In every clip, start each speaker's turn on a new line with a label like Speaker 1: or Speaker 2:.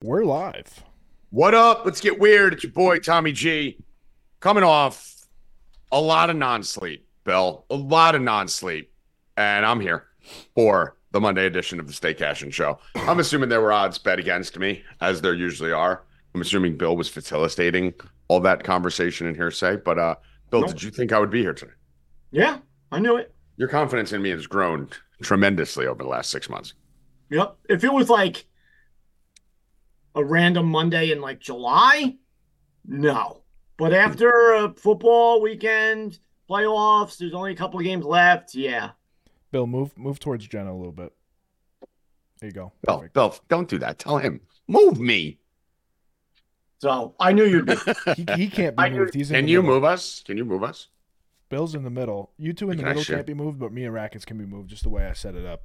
Speaker 1: We're live.
Speaker 2: What up? Let's get weird. It's your boy Tommy G. Coming off a lot of non-sleep, Bill. A lot of non-sleep, and I'm here for the Monday edition of the Stay Cash and Show. I'm assuming there were odds bet against me, as there usually are. I'm assuming Bill was facilitating all that conversation and hearsay. But uh, Bill,
Speaker 3: No.
Speaker 2: did you think I would be here today?
Speaker 3: Yeah, I knew it.
Speaker 2: Your confidence in me has grown tremendously over the last six months.
Speaker 3: Yep. If it was like a random Monday in like July, no.
Speaker 2: Hmm.
Speaker 3: But after a football weekend, playoffs, there's only a couple of games left. Yeah.
Speaker 1: Bill, move move towards Jenna a little bit. There you go.
Speaker 2: Bill,
Speaker 1: Perfect.
Speaker 2: Bill, don't do that. Tell him move me.
Speaker 3: So I knew you'd be.
Speaker 1: He, he can't
Speaker 3: I
Speaker 1: be
Speaker 3: knew-
Speaker 1: moved. He's in
Speaker 2: Can
Speaker 1: the
Speaker 2: you
Speaker 1: middle.
Speaker 2: move us? Can you move us?
Speaker 1: Bill's in the middle. You two in the
Speaker 2: Can I
Speaker 1: middle
Speaker 2: share?
Speaker 1: can't be moved, but me and Rackets can be moved just the way I set it up.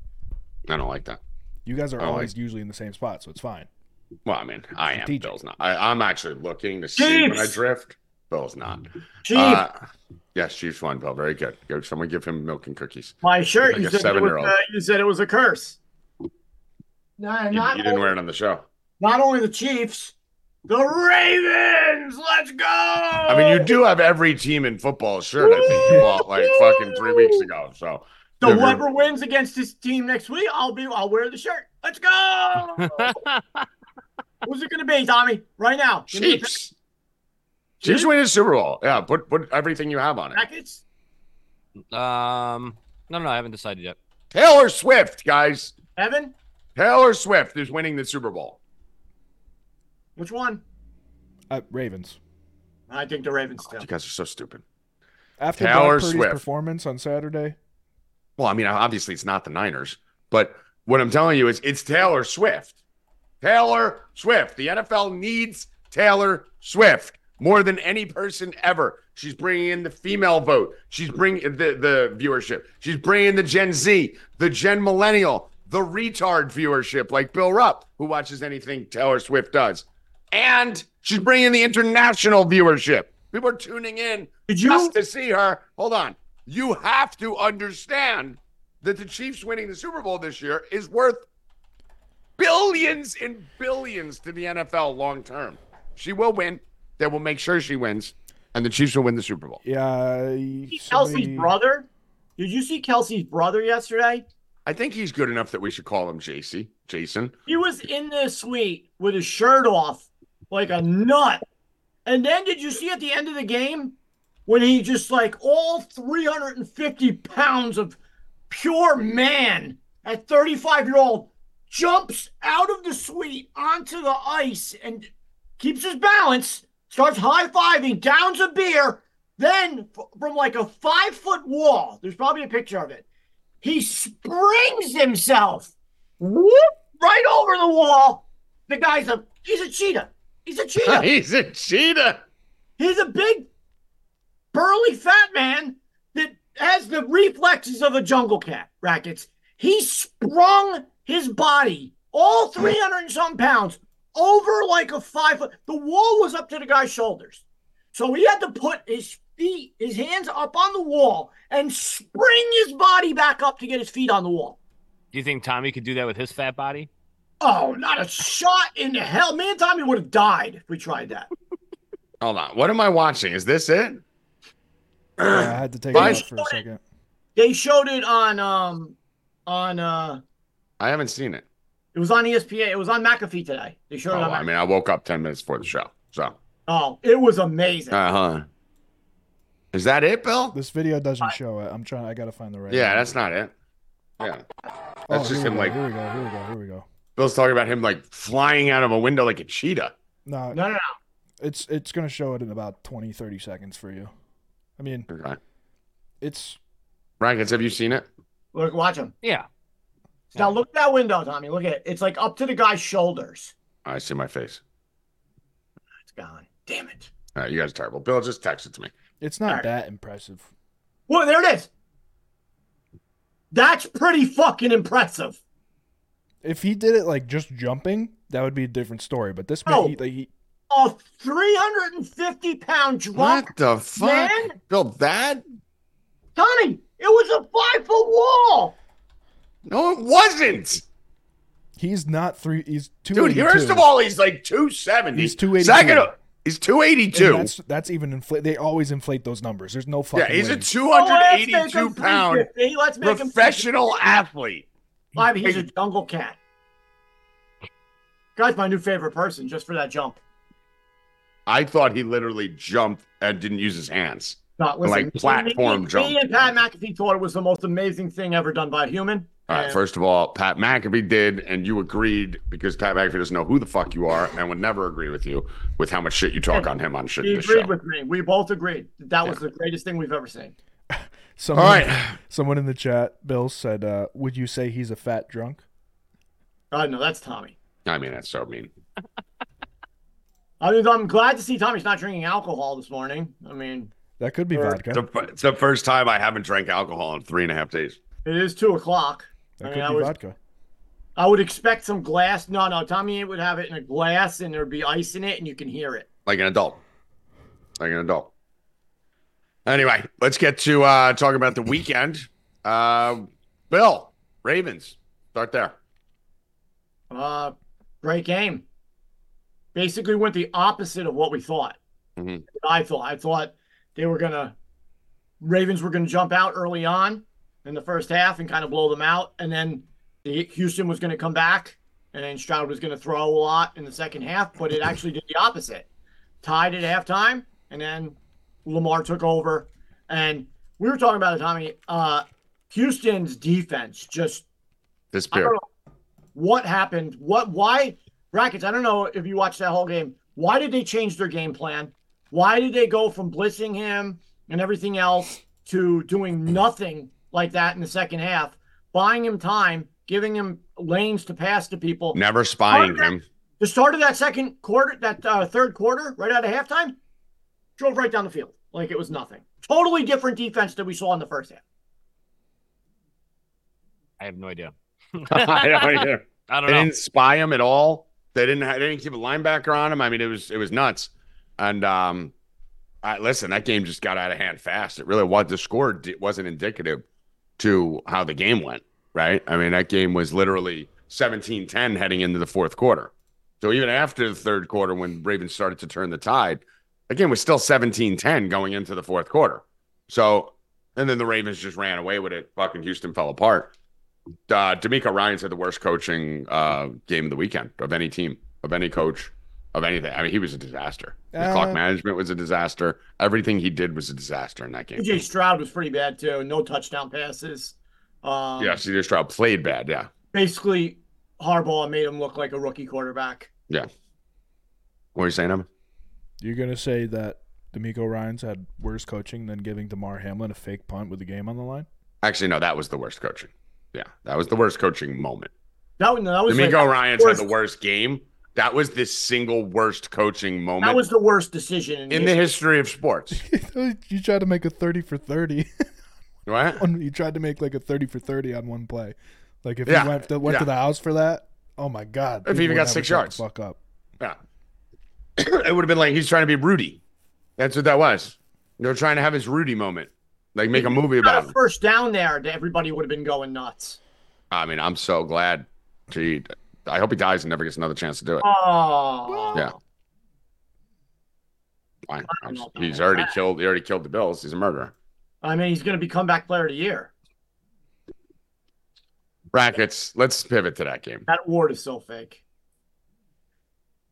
Speaker 2: I don't like that.
Speaker 1: You guys are
Speaker 2: Oh, I like-
Speaker 1: always usually in the same spot, so it's fine.
Speaker 2: Well, I mean, I am.
Speaker 1: Strategic.
Speaker 2: Bill's not. I, I'm actually looking to see when I
Speaker 3: Chiefs!
Speaker 2: drift. Bill's not.
Speaker 3: Chief,
Speaker 2: Uh, yes, Chiefs won, Bill. Very good. Go, someone give him milk and cookies.
Speaker 3: my shirt.
Speaker 2: like
Speaker 3: You
Speaker 2: a
Speaker 3: said, it was,
Speaker 2: seven-year-old.
Speaker 3: uh, you said it was a curse. No,
Speaker 2: You,
Speaker 3: not,
Speaker 2: you didn't wear it on the show.
Speaker 3: not only the Chiefs, the Ravens. Let's go.
Speaker 2: I mean, you do have every team in football shirt. I think you bought like fucking three weeks ago. So If
Speaker 3: So
Speaker 2: you're-
Speaker 3: whoever wins against this team next week, I'll be I'll wear the shirt. Let's go. Who's it gonna be, Tommy? Right now. Give me the
Speaker 2: Chiefs. Chiefs win the Super Bowl. Yeah, put put everything you have on it.
Speaker 3: Brackets.
Speaker 4: Um, no, no, I haven't decided yet.
Speaker 2: Taylor Swift, guys.
Speaker 3: Evan,
Speaker 2: Taylor Swift is winning the Super Bowl.
Speaker 3: which one?
Speaker 1: Uh, Ravens.
Speaker 3: I think the Ravens
Speaker 2: You
Speaker 3: still.
Speaker 2: guys are so stupid.
Speaker 1: After
Speaker 2: Taylor
Speaker 1: Brock Purdy's
Speaker 2: Swift.
Speaker 1: performance on Saturday,
Speaker 2: Well, I mean, obviously it's not the Niners, but what I'm telling you is it's Taylor Swift. Taylor Swift. The NFL needs Taylor Swift more than any person ever. She's bringing in the female vote. She's bringing the, the viewership. She's bringing the Gen Z, the Gen Millennial, the retard viewership, like Bill Rupp, who watches anything Taylor Swift does. And she's bringing the international viewership. People are tuning in
Speaker 3: Did you
Speaker 2: just to see her. Hold on. You have to understand that the Chiefs winning the Super Bowl this year is worth billions and billions to the NFL long term. She will win. They will make sure she wins, and the Chiefs will win the Super Bowl.
Speaker 1: yeah,
Speaker 3: see
Speaker 1: somebody-
Speaker 3: Kelsey's brother? Did you see Kelsey's brother yesterday?
Speaker 2: I think he's good enough that we should call him JC. Jason.
Speaker 3: He was in the suite with his shirt off, like a nut. And then did you see at the end of the game when he just like all 350 pounds of pure man at 35 year old jumps out of the suite onto the ice and keeps his balance, starts high fiving, downs a beer, then f- from like a five foot wall, there's probably a picture of it. He springs himself whoop, right over the wall. The guy's a he's a cheetah. He's a cheetah.
Speaker 2: he's a cheetah.
Speaker 3: He's a big, burly, fat man that has the reflexes of a jungle cat. Rackets. He sprung his body, all 300 and some pounds, over like a five foot. The wall was up to the guy's shoulders. So he had to put his feet, his hands up on the wall and spring his body back up to get his feet on the wall.
Speaker 4: Do you think Tommy could do that with his fat body?
Speaker 3: Oh, not a shot in hell. Me and Tommy would have died if we tried that.
Speaker 2: Hold on. What am I watching? Is this it?
Speaker 1: yeah, I had to take it
Speaker 2: Why-
Speaker 1: off for a second.
Speaker 3: They showed it on um on uh
Speaker 2: I haven't seen it.
Speaker 3: It was on E ESPN. It was on McAfee today. They showed
Speaker 2: Oh,
Speaker 3: it on.
Speaker 2: I
Speaker 3: Mc-
Speaker 2: mean, I woke up ten minutes before the show. So,
Speaker 3: oh, it was amazing.
Speaker 2: uh huh. Is that it, Bill?
Speaker 1: This video doesn't show it. I'm trying. I gotta find the right.
Speaker 2: Yeah,
Speaker 1: one.
Speaker 2: that's not it. Yeah.
Speaker 1: Oh,
Speaker 2: That's just
Speaker 1: here
Speaker 2: him
Speaker 1: we go,
Speaker 2: like
Speaker 1: Here we go. Here we go. Here we go.
Speaker 2: Bill's talking about him like flying out of a window like a cheetah.
Speaker 1: No,
Speaker 3: no, no, no.
Speaker 1: it's it's gonna show it in about 20, 30 seconds for you. I mean,
Speaker 2: Okay.
Speaker 1: it's
Speaker 2: Rackets, have you seen it?
Speaker 3: Look, watch him.
Speaker 4: Yeah.
Speaker 3: Now look at that window, Tommy. Look at it. It's like up to the guy's shoulders.
Speaker 2: I see my face.
Speaker 3: It's gone. Damn it.
Speaker 2: All right, you guys are terrible. Bill just texted to me.
Speaker 1: it's not
Speaker 3: Alright.
Speaker 1: that impressive.
Speaker 3: Whoa, there it is. That's pretty fucking impressive.
Speaker 1: If he did it like just jumping, that would be a different story. But this man,
Speaker 3: No.
Speaker 1: he, like, he,
Speaker 3: A 350 pound drunk.
Speaker 2: What the fuck?
Speaker 3: man.
Speaker 2: Bill, that?
Speaker 3: Tommy, it was a five foot wall.
Speaker 2: No, it wasn't.
Speaker 1: He's not three. He's two.
Speaker 2: Dude, first of all, he's like 270.
Speaker 1: He's 282.
Speaker 2: Second, of- he's
Speaker 1: And
Speaker 2: 282.
Speaker 1: That's, that's even inflate. They always inflate those numbers. There's no
Speaker 2: Yeah,
Speaker 1: fucking.
Speaker 2: he's
Speaker 1: way.
Speaker 2: a
Speaker 3: Oh, let's make him
Speaker 2: 282 pound
Speaker 3: 350. Let's make him
Speaker 2: professional athlete.
Speaker 3: Live, he's a jungle cat. Guy's my new favorite person just for that jump.
Speaker 2: I thought he literally jumped and didn't use his hands.
Speaker 3: Not listen,
Speaker 2: Like
Speaker 3: me-
Speaker 2: platform
Speaker 3: me,
Speaker 2: jump.
Speaker 3: Me and Pat McAfee thought it was the most amazing thing ever done by a human.
Speaker 2: All right,
Speaker 3: And
Speaker 2: first of all, Pat McAfee did, and you agreed because Pat McAfee doesn't know who the fuck you are and would never agree with you with how much shit you talk on him on shit.
Speaker 3: he
Speaker 2: This
Speaker 3: agreed
Speaker 2: show.
Speaker 3: with me. We both agreed that that was the greatest thing we've ever seen.
Speaker 2: all
Speaker 1: Someone,
Speaker 2: right.
Speaker 1: Someone in the chat, Bill said, uh, "Would you say he's a fat drunk?"
Speaker 3: Oh no, that's Tommy.
Speaker 2: I mean, that's so mean.
Speaker 3: I mean, I'm glad to see Tommy's not drinking alcohol this morning. I mean,
Speaker 1: That could be
Speaker 3: Or-
Speaker 1: vodka.
Speaker 2: Uh, The- It's the first time I haven't drank alcohol in three and a half days.
Speaker 3: it is two o'clock.
Speaker 1: That
Speaker 3: I mean,
Speaker 1: could
Speaker 3: I
Speaker 1: be
Speaker 3: was-
Speaker 1: vodka.
Speaker 3: I would expect some glass. No, no, Tommy would have it in a glass, and there'd be ice in it, and you can hear it.
Speaker 2: like an adult like an adult anyway let's get to uh talking about the weekend uh bill ravens start there
Speaker 3: Uh, great game. Basically, went the opposite of what we thought.
Speaker 2: Mhm.
Speaker 3: I thought. I thought they were gonna Ravens were gonna jump out early on in the first half and kind of blow them out, and then the Houston was gonna come back, and then Stroud was gonna throw a lot in the second half. But it actually did the opposite. Tied at halftime, and then Lamar took over. And we were talking about it, Tommy. Uh, Houston's defense just I
Speaker 2: disappeared
Speaker 3: don't know what happened. What? Why? Brackets. I don't know if you watched that whole game. Why did they change their game plan? Why did they go from blitzing him and everything else to doing nothing like that in the second half, buying him time, giving him lanes to pass to people?
Speaker 2: never spying
Speaker 3: Quarterback-
Speaker 2: him
Speaker 3: The start of that second quarter, that uh, third quarter, right out of halftime, drove right down the field like it was nothing. Totally different defense that we saw in the first half.
Speaker 4: I have no idea.
Speaker 2: I don't either.
Speaker 4: I don't
Speaker 2: they
Speaker 4: know.
Speaker 2: didn't spy him at all they didn't they didn't keep a linebacker on him i mean it was it was nuts and um I, listen that game just got out of hand fast it really was the score di- wasn't indicative to how the game went right? I mean, that game was literally 17 10 heading into the fourth quarter. So even after the third quarter, when Ravens started to turn the tide, that game was still 17 10 going into the fourth quarter. So, and then the Ravens just ran away with it. Fucking Houston fell apart. Uh, D'Amico Ryan's had the worst coaching uh, game of the weekend of any team, of any coach, of anything. I mean, he was a disaster. His
Speaker 1: Uh,
Speaker 2: clock management was a disaster. Everything he did was a disaster in that game.
Speaker 3: CJ E Stroud was pretty bad too. No touchdown passes. Um,
Speaker 2: Yeah, CJ Stroud played bad. Yeah.
Speaker 3: basically Harbaugh made him look like a rookie quarterback.
Speaker 2: What are you saying, Emma?
Speaker 1: You're gonna say that D'Amico Ryan's had worse coaching than giving Damar Hamlin a fake punt with the game on the line?
Speaker 2: Actually, no, that was the worst coaching. Yeah, that was the worst coaching moment.
Speaker 3: That, was- no, that was like-
Speaker 2: D'Amico Ryan's
Speaker 3: worst-
Speaker 2: had the worst game. That was the single worst coaching moment
Speaker 3: that was the worst decision in,
Speaker 2: in the history of sports.
Speaker 1: you tried to make a thirty for thirty.
Speaker 2: Right?
Speaker 1: on- you tried to make like a thirty for thirty on one play. Like if
Speaker 2: Yeah,
Speaker 1: you went to, went
Speaker 2: yeah.
Speaker 1: to the house for that, oh my god!
Speaker 2: If
Speaker 1: people
Speaker 2: he even
Speaker 1: would
Speaker 2: got
Speaker 1: have
Speaker 2: six
Speaker 1: us shut the
Speaker 2: yards.
Speaker 1: fuck up.
Speaker 2: Yeah. it would have been like he's trying to be Rudy. That's what that was. They're trying to have his Rudy moment, like make a movie about
Speaker 3: Got a
Speaker 2: him.
Speaker 3: first down there that everybody would have been going nuts.
Speaker 2: I mean, I'm so glad. Gee, I hope he dies and never gets another chance to do it.
Speaker 3: Oh,
Speaker 2: Yeah. Fine.
Speaker 3: I don't know about
Speaker 2: He's
Speaker 3: that.
Speaker 2: already killed. He already killed the Bills. He's a murderer.
Speaker 3: I mean, he's going to be comeback player of the year.
Speaker 2: Brackets. Let's pivot to that game.
Speaker 3: That award is so fake.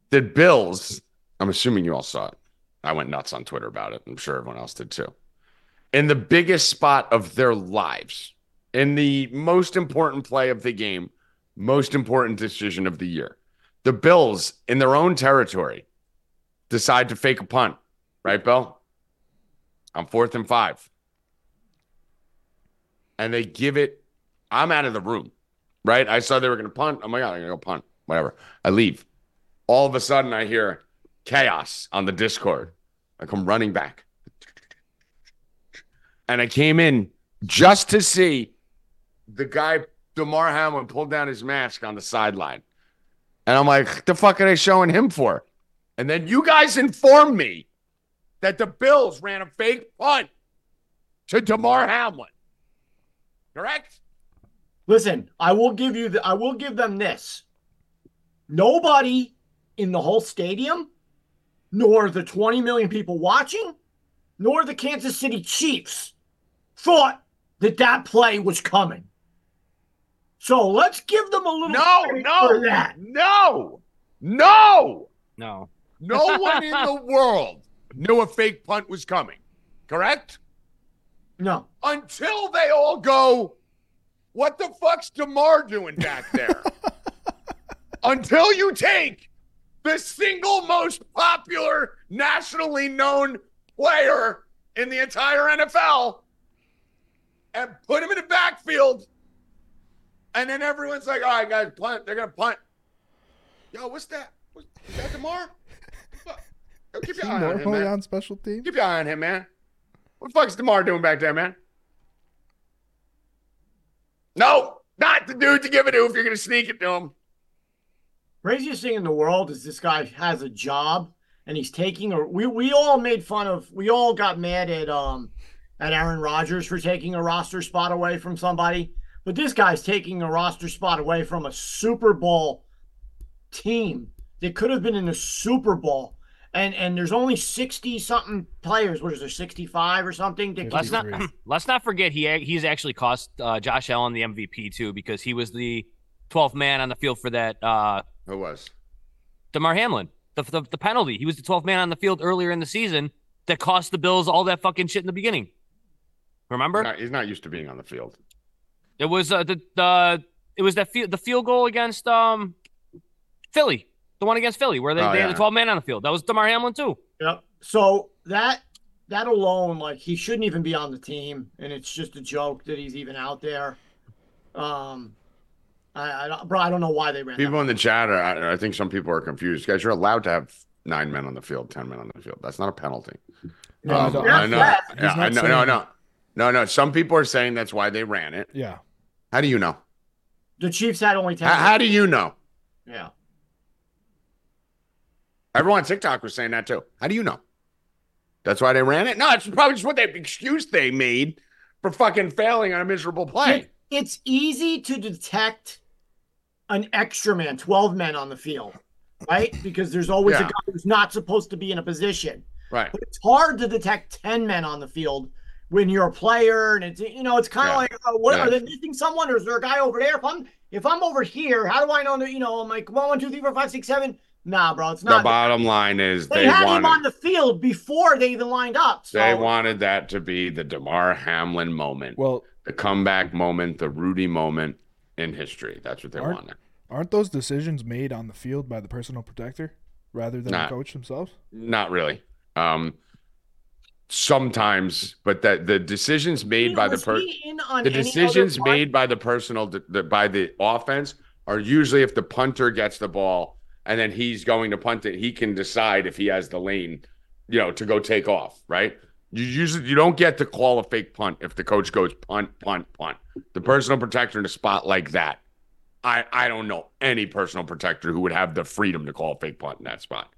Speaker 2: the Bills, I'm assuming you all saw it. I went nuts on Twitter about it. I'm sure everyone else did too. In the biggest spot of their lives, in the most important play of the game, most important decision of the year, the Bills in their own territory decide to fake a punt, right, Bill? On fourth and five. And they give it, I'm out of the room, right? I saw they were going to punt. Oh my God, I'm going to go punt, whatever. I leave all of a sudden I hear chaos on the Discord. I come running back. And I came in just to see the guy, DeMar Hamlin, pull down his mask on the sideline. And I'm like, the fuck are they showing him for? And then you guys informed me that the Bills ran a fake punt to DeMar Hamlin. Correct?
Speaker 3: Listen, I will give you the, I will give them this. Nobody in the whole stadium, nor the 20 million people watching, nor the Kansas City Chiefs thought that that play was coming. So let's give them a little
Speaker 2: No,
Speaker 3: credit
Speaker 2: no,
Speaker 3: for that.
Speaker 2: no, no.
Speaker 4: No.
Speaker 2: No one in the world knew a fake punt was coming, correct?
Speaker 3: No.
Speaker 2: Until they all go, what the fuck's DeMar doing back there? Until you take the single most popular, nationally known player in the entire NFL and put him in the backfield. And then everyone's like, all right, guys, punt. They're going to punt. Yo, what's that? What, is that DeMar? Fuck. Yo, Keep
Speaker 1: Is
Speaker 2: your
Speaker 1: he
Speaker 2: eye on him,
Speaker 1: normally
Speaker 2: man.
Speaker 1: on special teams?
Speaker 2: Keep your eye on him, man. What the fuck's DeMar doing back there, man? No, not the dude to give it to if you're going to sneak it to him.
Speaker 3: craziest thing in the world is this guy has a job and he's taking a we, we all made fun of we all got mad at um at Aaron Rodgers for taking a roster spot away from somebody. But this guy's taking a roster spot away from a Super Bowl team that could have been in the Super Bowl. And and there's only sixty something players. What is there, sixty five or something? That
Speaker 4: Let's
Speaker 3: can,
Speaker 4: not
Speaker 1: Disagree.
Speaker 4: let's not forget he ac- he's actually cost uh, Josh Allen the MVP too because he was the 12th man on the field for that uh,
Speaker 2: Who was?
Speaker 4: Demar Hamlin the, the the penalty. He was the 12th man on the field earlier in the season that cost the Bills all that fucking shit in the beginning. Remember?
Speaker 2: He's not, he's not used to being on the field.
Speaker 4: It was uh, the the it was that field the field goal against um Philly, the one against Philly where they,
Speaker 2: Oh,
Speaker 4: they had
Speaker 2: yeah.
Speaker 4: the 12 man on the field. That was Demar Hamlin too.
Speaker 3: Yep. So that that alone, like he shouldn't even be on the team, and it's just a joke that he's even out there. Um, I, I don't- bro, I don't know why they ran. that.
Speaker 2: People in the chat, are, I, I think some people are confused. Guys, you're allowed to have nine men on the field, 10 men on the field. That's not a penalty.
Speaker 1: No,
Speaker 2: Um,
Speaker 1: I don't-
Speaker 2: I know.
Speaker 3: Yes,
Speaker 1: he's
Speaker 2: Yeah, I
Speaker 1: not
Speaker 2: know. No,
Speaker 1: saying-
Speaker 2: no. No, no. Some people are saying that's why they ran it.
Speaker 1: Yeah.
Speaker 2: How do you know?
Speaker 3: The Chiefs had only ten.
Speaker 2: How, how do you know?
Speaker 3: yeah.
Speaker 2: Everyone on TikTok was saying that too. How do you know? That's why they ran it? No, it's probably just what they excuse they made for fucking failing on a miserable play.
Speaker 3: It- it's easy to detect an extra man, 12 men on the field, right? Because there's always a
Speaker 2: Yeah.
Speaker 3: guy who's not supposed to be in a position.
Speaker 2: Right.
Speaker 3: But it's hard to detect 10 men on the field when you're a player and it's you know it's kind of
Speaker 2: Yeah.
Speaker 3: like oh, what
Speaker 2: Yeah.
Speaker 3: are they missing someone or is there a guy over there if i'm if i'm over here how do i know that you know i'm like one one two three four five six seven nah bro it's
Speaker 2: The
Speaker 3: not
Speaker 2: bottom line is
Speaker 3: they,
Speaker 2: they
Speaker 3: had him on
Speaker 2: wanted
Speaker 3: the field before they even lined up so
Speaker 2: they wanted that to be the DeMar Hamlin moment,
Speaker 1: Well,
Speaker 2: the comeback moment, the Rudy moment in history. That's what they
Speaker 1: Aren't-
Speaker 2: wanted.
Speaker 1: aren't those decisions made on the field by the personal protector rather than
Speaker 2: Nah.
Speaker 1: the coach themselves?
Speaker 2: Not really. Um sometimes, but that the decisions made by the
Speaker 3: Was
Speaker 2: person
Speaker 3: he in on
Speaker 2: the
Speaker 3: any other
Speaker 2: decisions
Speaker 3: part?
Speaker 2: made by the personal the, by the offense are usually if the punter gets the ball and then he's going to punt it he can decide if he has the lane you know to go take off right you usually you don't get to call a fake punt if the coach goes punt punt punt the personal protector in a spot like that i i don't know any personal protector who would have the freedom to call a fake punt in that spot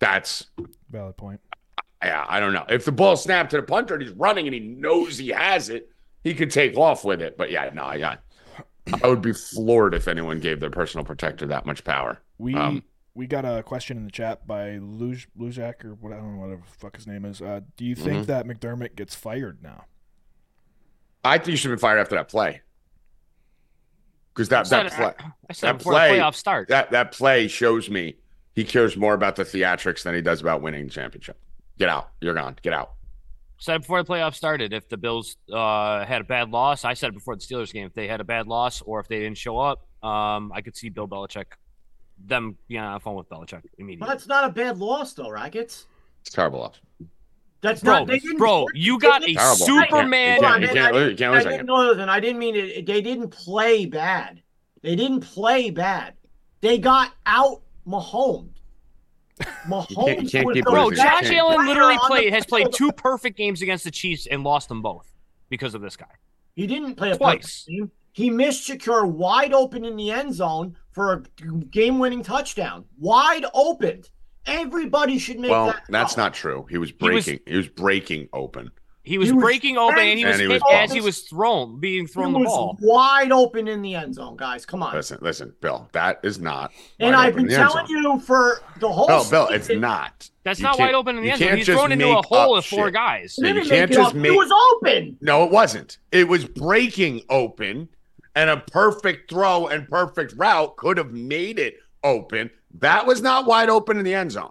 Speaker 2: that's
Speaker 1: Valid point.
Speaker 2: yeah, I don't know. If the ball snapped to the punter and he's running and he knows he has it, he could take off with it. But yeah, no, yeah. I would be floored if anyone gave their personal protector that much power.
Speaker 1: We
Speaker 2: Um,
Speaker 1: we got a question in the chat by Luj Lujak or what I don't know whatever the fuck his name is. Uh, do you
Speaker 2: Mm-hmm.
Speaker 1: think that McDermott gets fired now?
Speaker 2: I think you should have been fired after that play. Because that,
Speaker 4: I
Speaker 2: that
Speaker 4: said,
Speaker 2: play
Speaker 4: I, I said
Speaker 2: that
Speaker 4: before
Speaker 2: play-
Speaker 4: the playoffs start.
Speaker 2: that that play shows me he cares more about the theatrics than he does about winning the championship. Get out. You're gone. Get out.
Speaker 4: said before the playoffs started if the Bills uh, had a bad loss. I said before the Steelers game if they had a bad loss or if they didn't show up, um, I could see Bill Belichick them being on the phone with Belichick
Speaker 3: Well,
Speaker 4: immediately.
Speaker 3: that's not a bad loss though rackets
Speaker 2: It's terrible loss.
Speaker 3: that's
Speaker 4: Bro,
Speaker 3: not they didn't
Speaker 4: bro, you got a
Speaker 2: Terrible. You can't-
Speaker 4: Superman.
Speaker 2: You can't, you
Speaker 3: Hold on,
Speaker 2: can't
Speaker 3: man,
Speaker 2: lose, you can't
Speaker 3: I
Speaker 2: lose that game.
Speaker 3: didn't know that. I didn't mean it. They didn't play bad. They didn't play bad. They got out Mahomes. Mahomes
Speaker 2: you can't
Speaker 3: was
Speaker 2: keep
Speaker 3: the
Speaker 4: Bro,
Speaker 2: losing.
Speaker 3: best
Speaker 4: Josh
Speaker 2: Listen,
Speaker 4: Allen
Speaker 3: player
Speaker 4: literally
Speaker 3: on the
Speaker 4: played has played
Speaker 3: field.
Speaker 4: two perfect games against the Chiefs and lost them both because of this guy.
Speaker 3: He didn't play a
Speaker 4: Twice.
Speaker 3: perfect game. He missed Shakur wide open in the end zone for a game-winning touchdown. Wide open. Everybody should make
Speaker 2: Well,
Speaker 3: that.
Speaker 2: that's
Speaker 3: call.
Speaker 2: not true. He was
Speaker 4: He was-
Speaker 2: breaking. He was breaking open.
Speaker 4: He was,
Speaker 3: He was
Speaker 4: breaking open and he
Speaker 2: And
Speaker 4: was,
Speaker 2: he
Speaker 4: hit
Speaker 2: was
Speaker 4: as
Speaker 2: balls.
Speaker 4: he was thrown, being
Speaker 3: He
Speaker 4: thrown the
Speaker 3: was
Speaker 4: ball.
Speaker 3: wide open in the end zone, guys. Come on.
Speaker 2: Listen, listen, Bill. That is not.
Speaker 3: and
Speaker 2: wide
Speaker 3: I've
Speaker 2: open
Speaker 3: been
Speaker 2: in the end
Speaker 3: telling
Speaker 2: zone.
Speaker 3: you for the whole.
Speaker 2: Bill, Bill, it's
Speaker 3: season-
Speaker 2: not.
Speaker 4: That's
Speaker 2: You
Speaker 4: not
Speaker 2: can't-
Speaker 4: wide open in the
Speaker 2: you
Speaker 4: end zone.
Speaker 2: can't
Speaker 4: He's
Speaker 2: just
Speaker 4: thrown into a
Speaker 2: make
Speaker 4: hole
Speaker 2: up
Speaker 4: with four
Speaker 2: shit.
Speaker 4: guys.
Speaker 3: They
Speaker 2: you
Speaker 3: didn't
Speaker 2: can't
Speaker 3: make it
Speaker 2: just
Speaker 3: up.
Speaker 2: make-
Speaker 3: It was open.
Speaker 2: No, it wasn't. It was breaking open, and a perfect throw and perfect route could have made it open. That was not wide open in the end zone.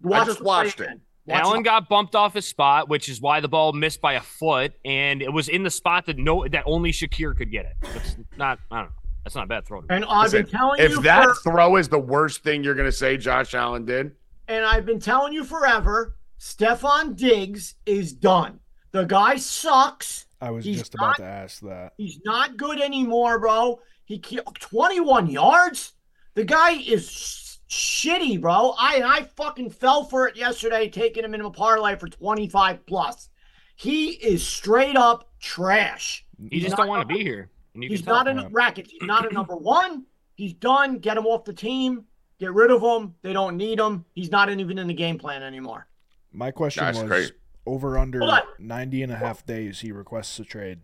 Speaker 3: Watch
Speaker 2: just
Speaker 3: the
Speaker 2: watched
Speaker 3: play
Speaker 2: it.
Speaker 3: again. Watch
Speaker 4: Allen got bumped off his spot, which is why the ball missed by a foot, and it was in the spot that no that only Shakir could get it. That's not I don't know. That's not a bad throw. To me.
Speaker 3: And I've been
Speaker 2: Listen,
Speaker 3: telling
Speaker 2: If
Speaker 3: you
Speaker 2: that
Speaker 3: for,
Speaker 2: throw is the worst thing you're going to say Josh Allen did,
Speaker 3: and I've been telling you forever, Stefan Diggs is done. The guy sucks.
Speaker 1: I was
Speaker 3: He's
Speaker 1: just about to ask that.
Speaker 3: He's not good anymore, bro. He ki- 21 yards. The guy is sh- shitty, bro. I I fucking fell for it yesterday, taking him in a parlay for 25 plus. He is straight up trash.
Speaker 4: He just
Speaker 3: not-
Speaker 4: don't want to be here. And you
Speaker 3: He's
Speaker 4: can tell.
Speaker 3: not a
Speaker 1: Yeah.
Speaker 3: racket. He's not a number one. He's done. Get him off the team. Get rid of him. They don't need him. He's not even in the game plan anymore.
Speaker 1: My question
Speaker 2: That's
Speaker 1: was
Speaker 2: great.
Speaker 1: over under
Speaker 3: Hold on.
Speaker 1: 90 and a half days he requests a trade.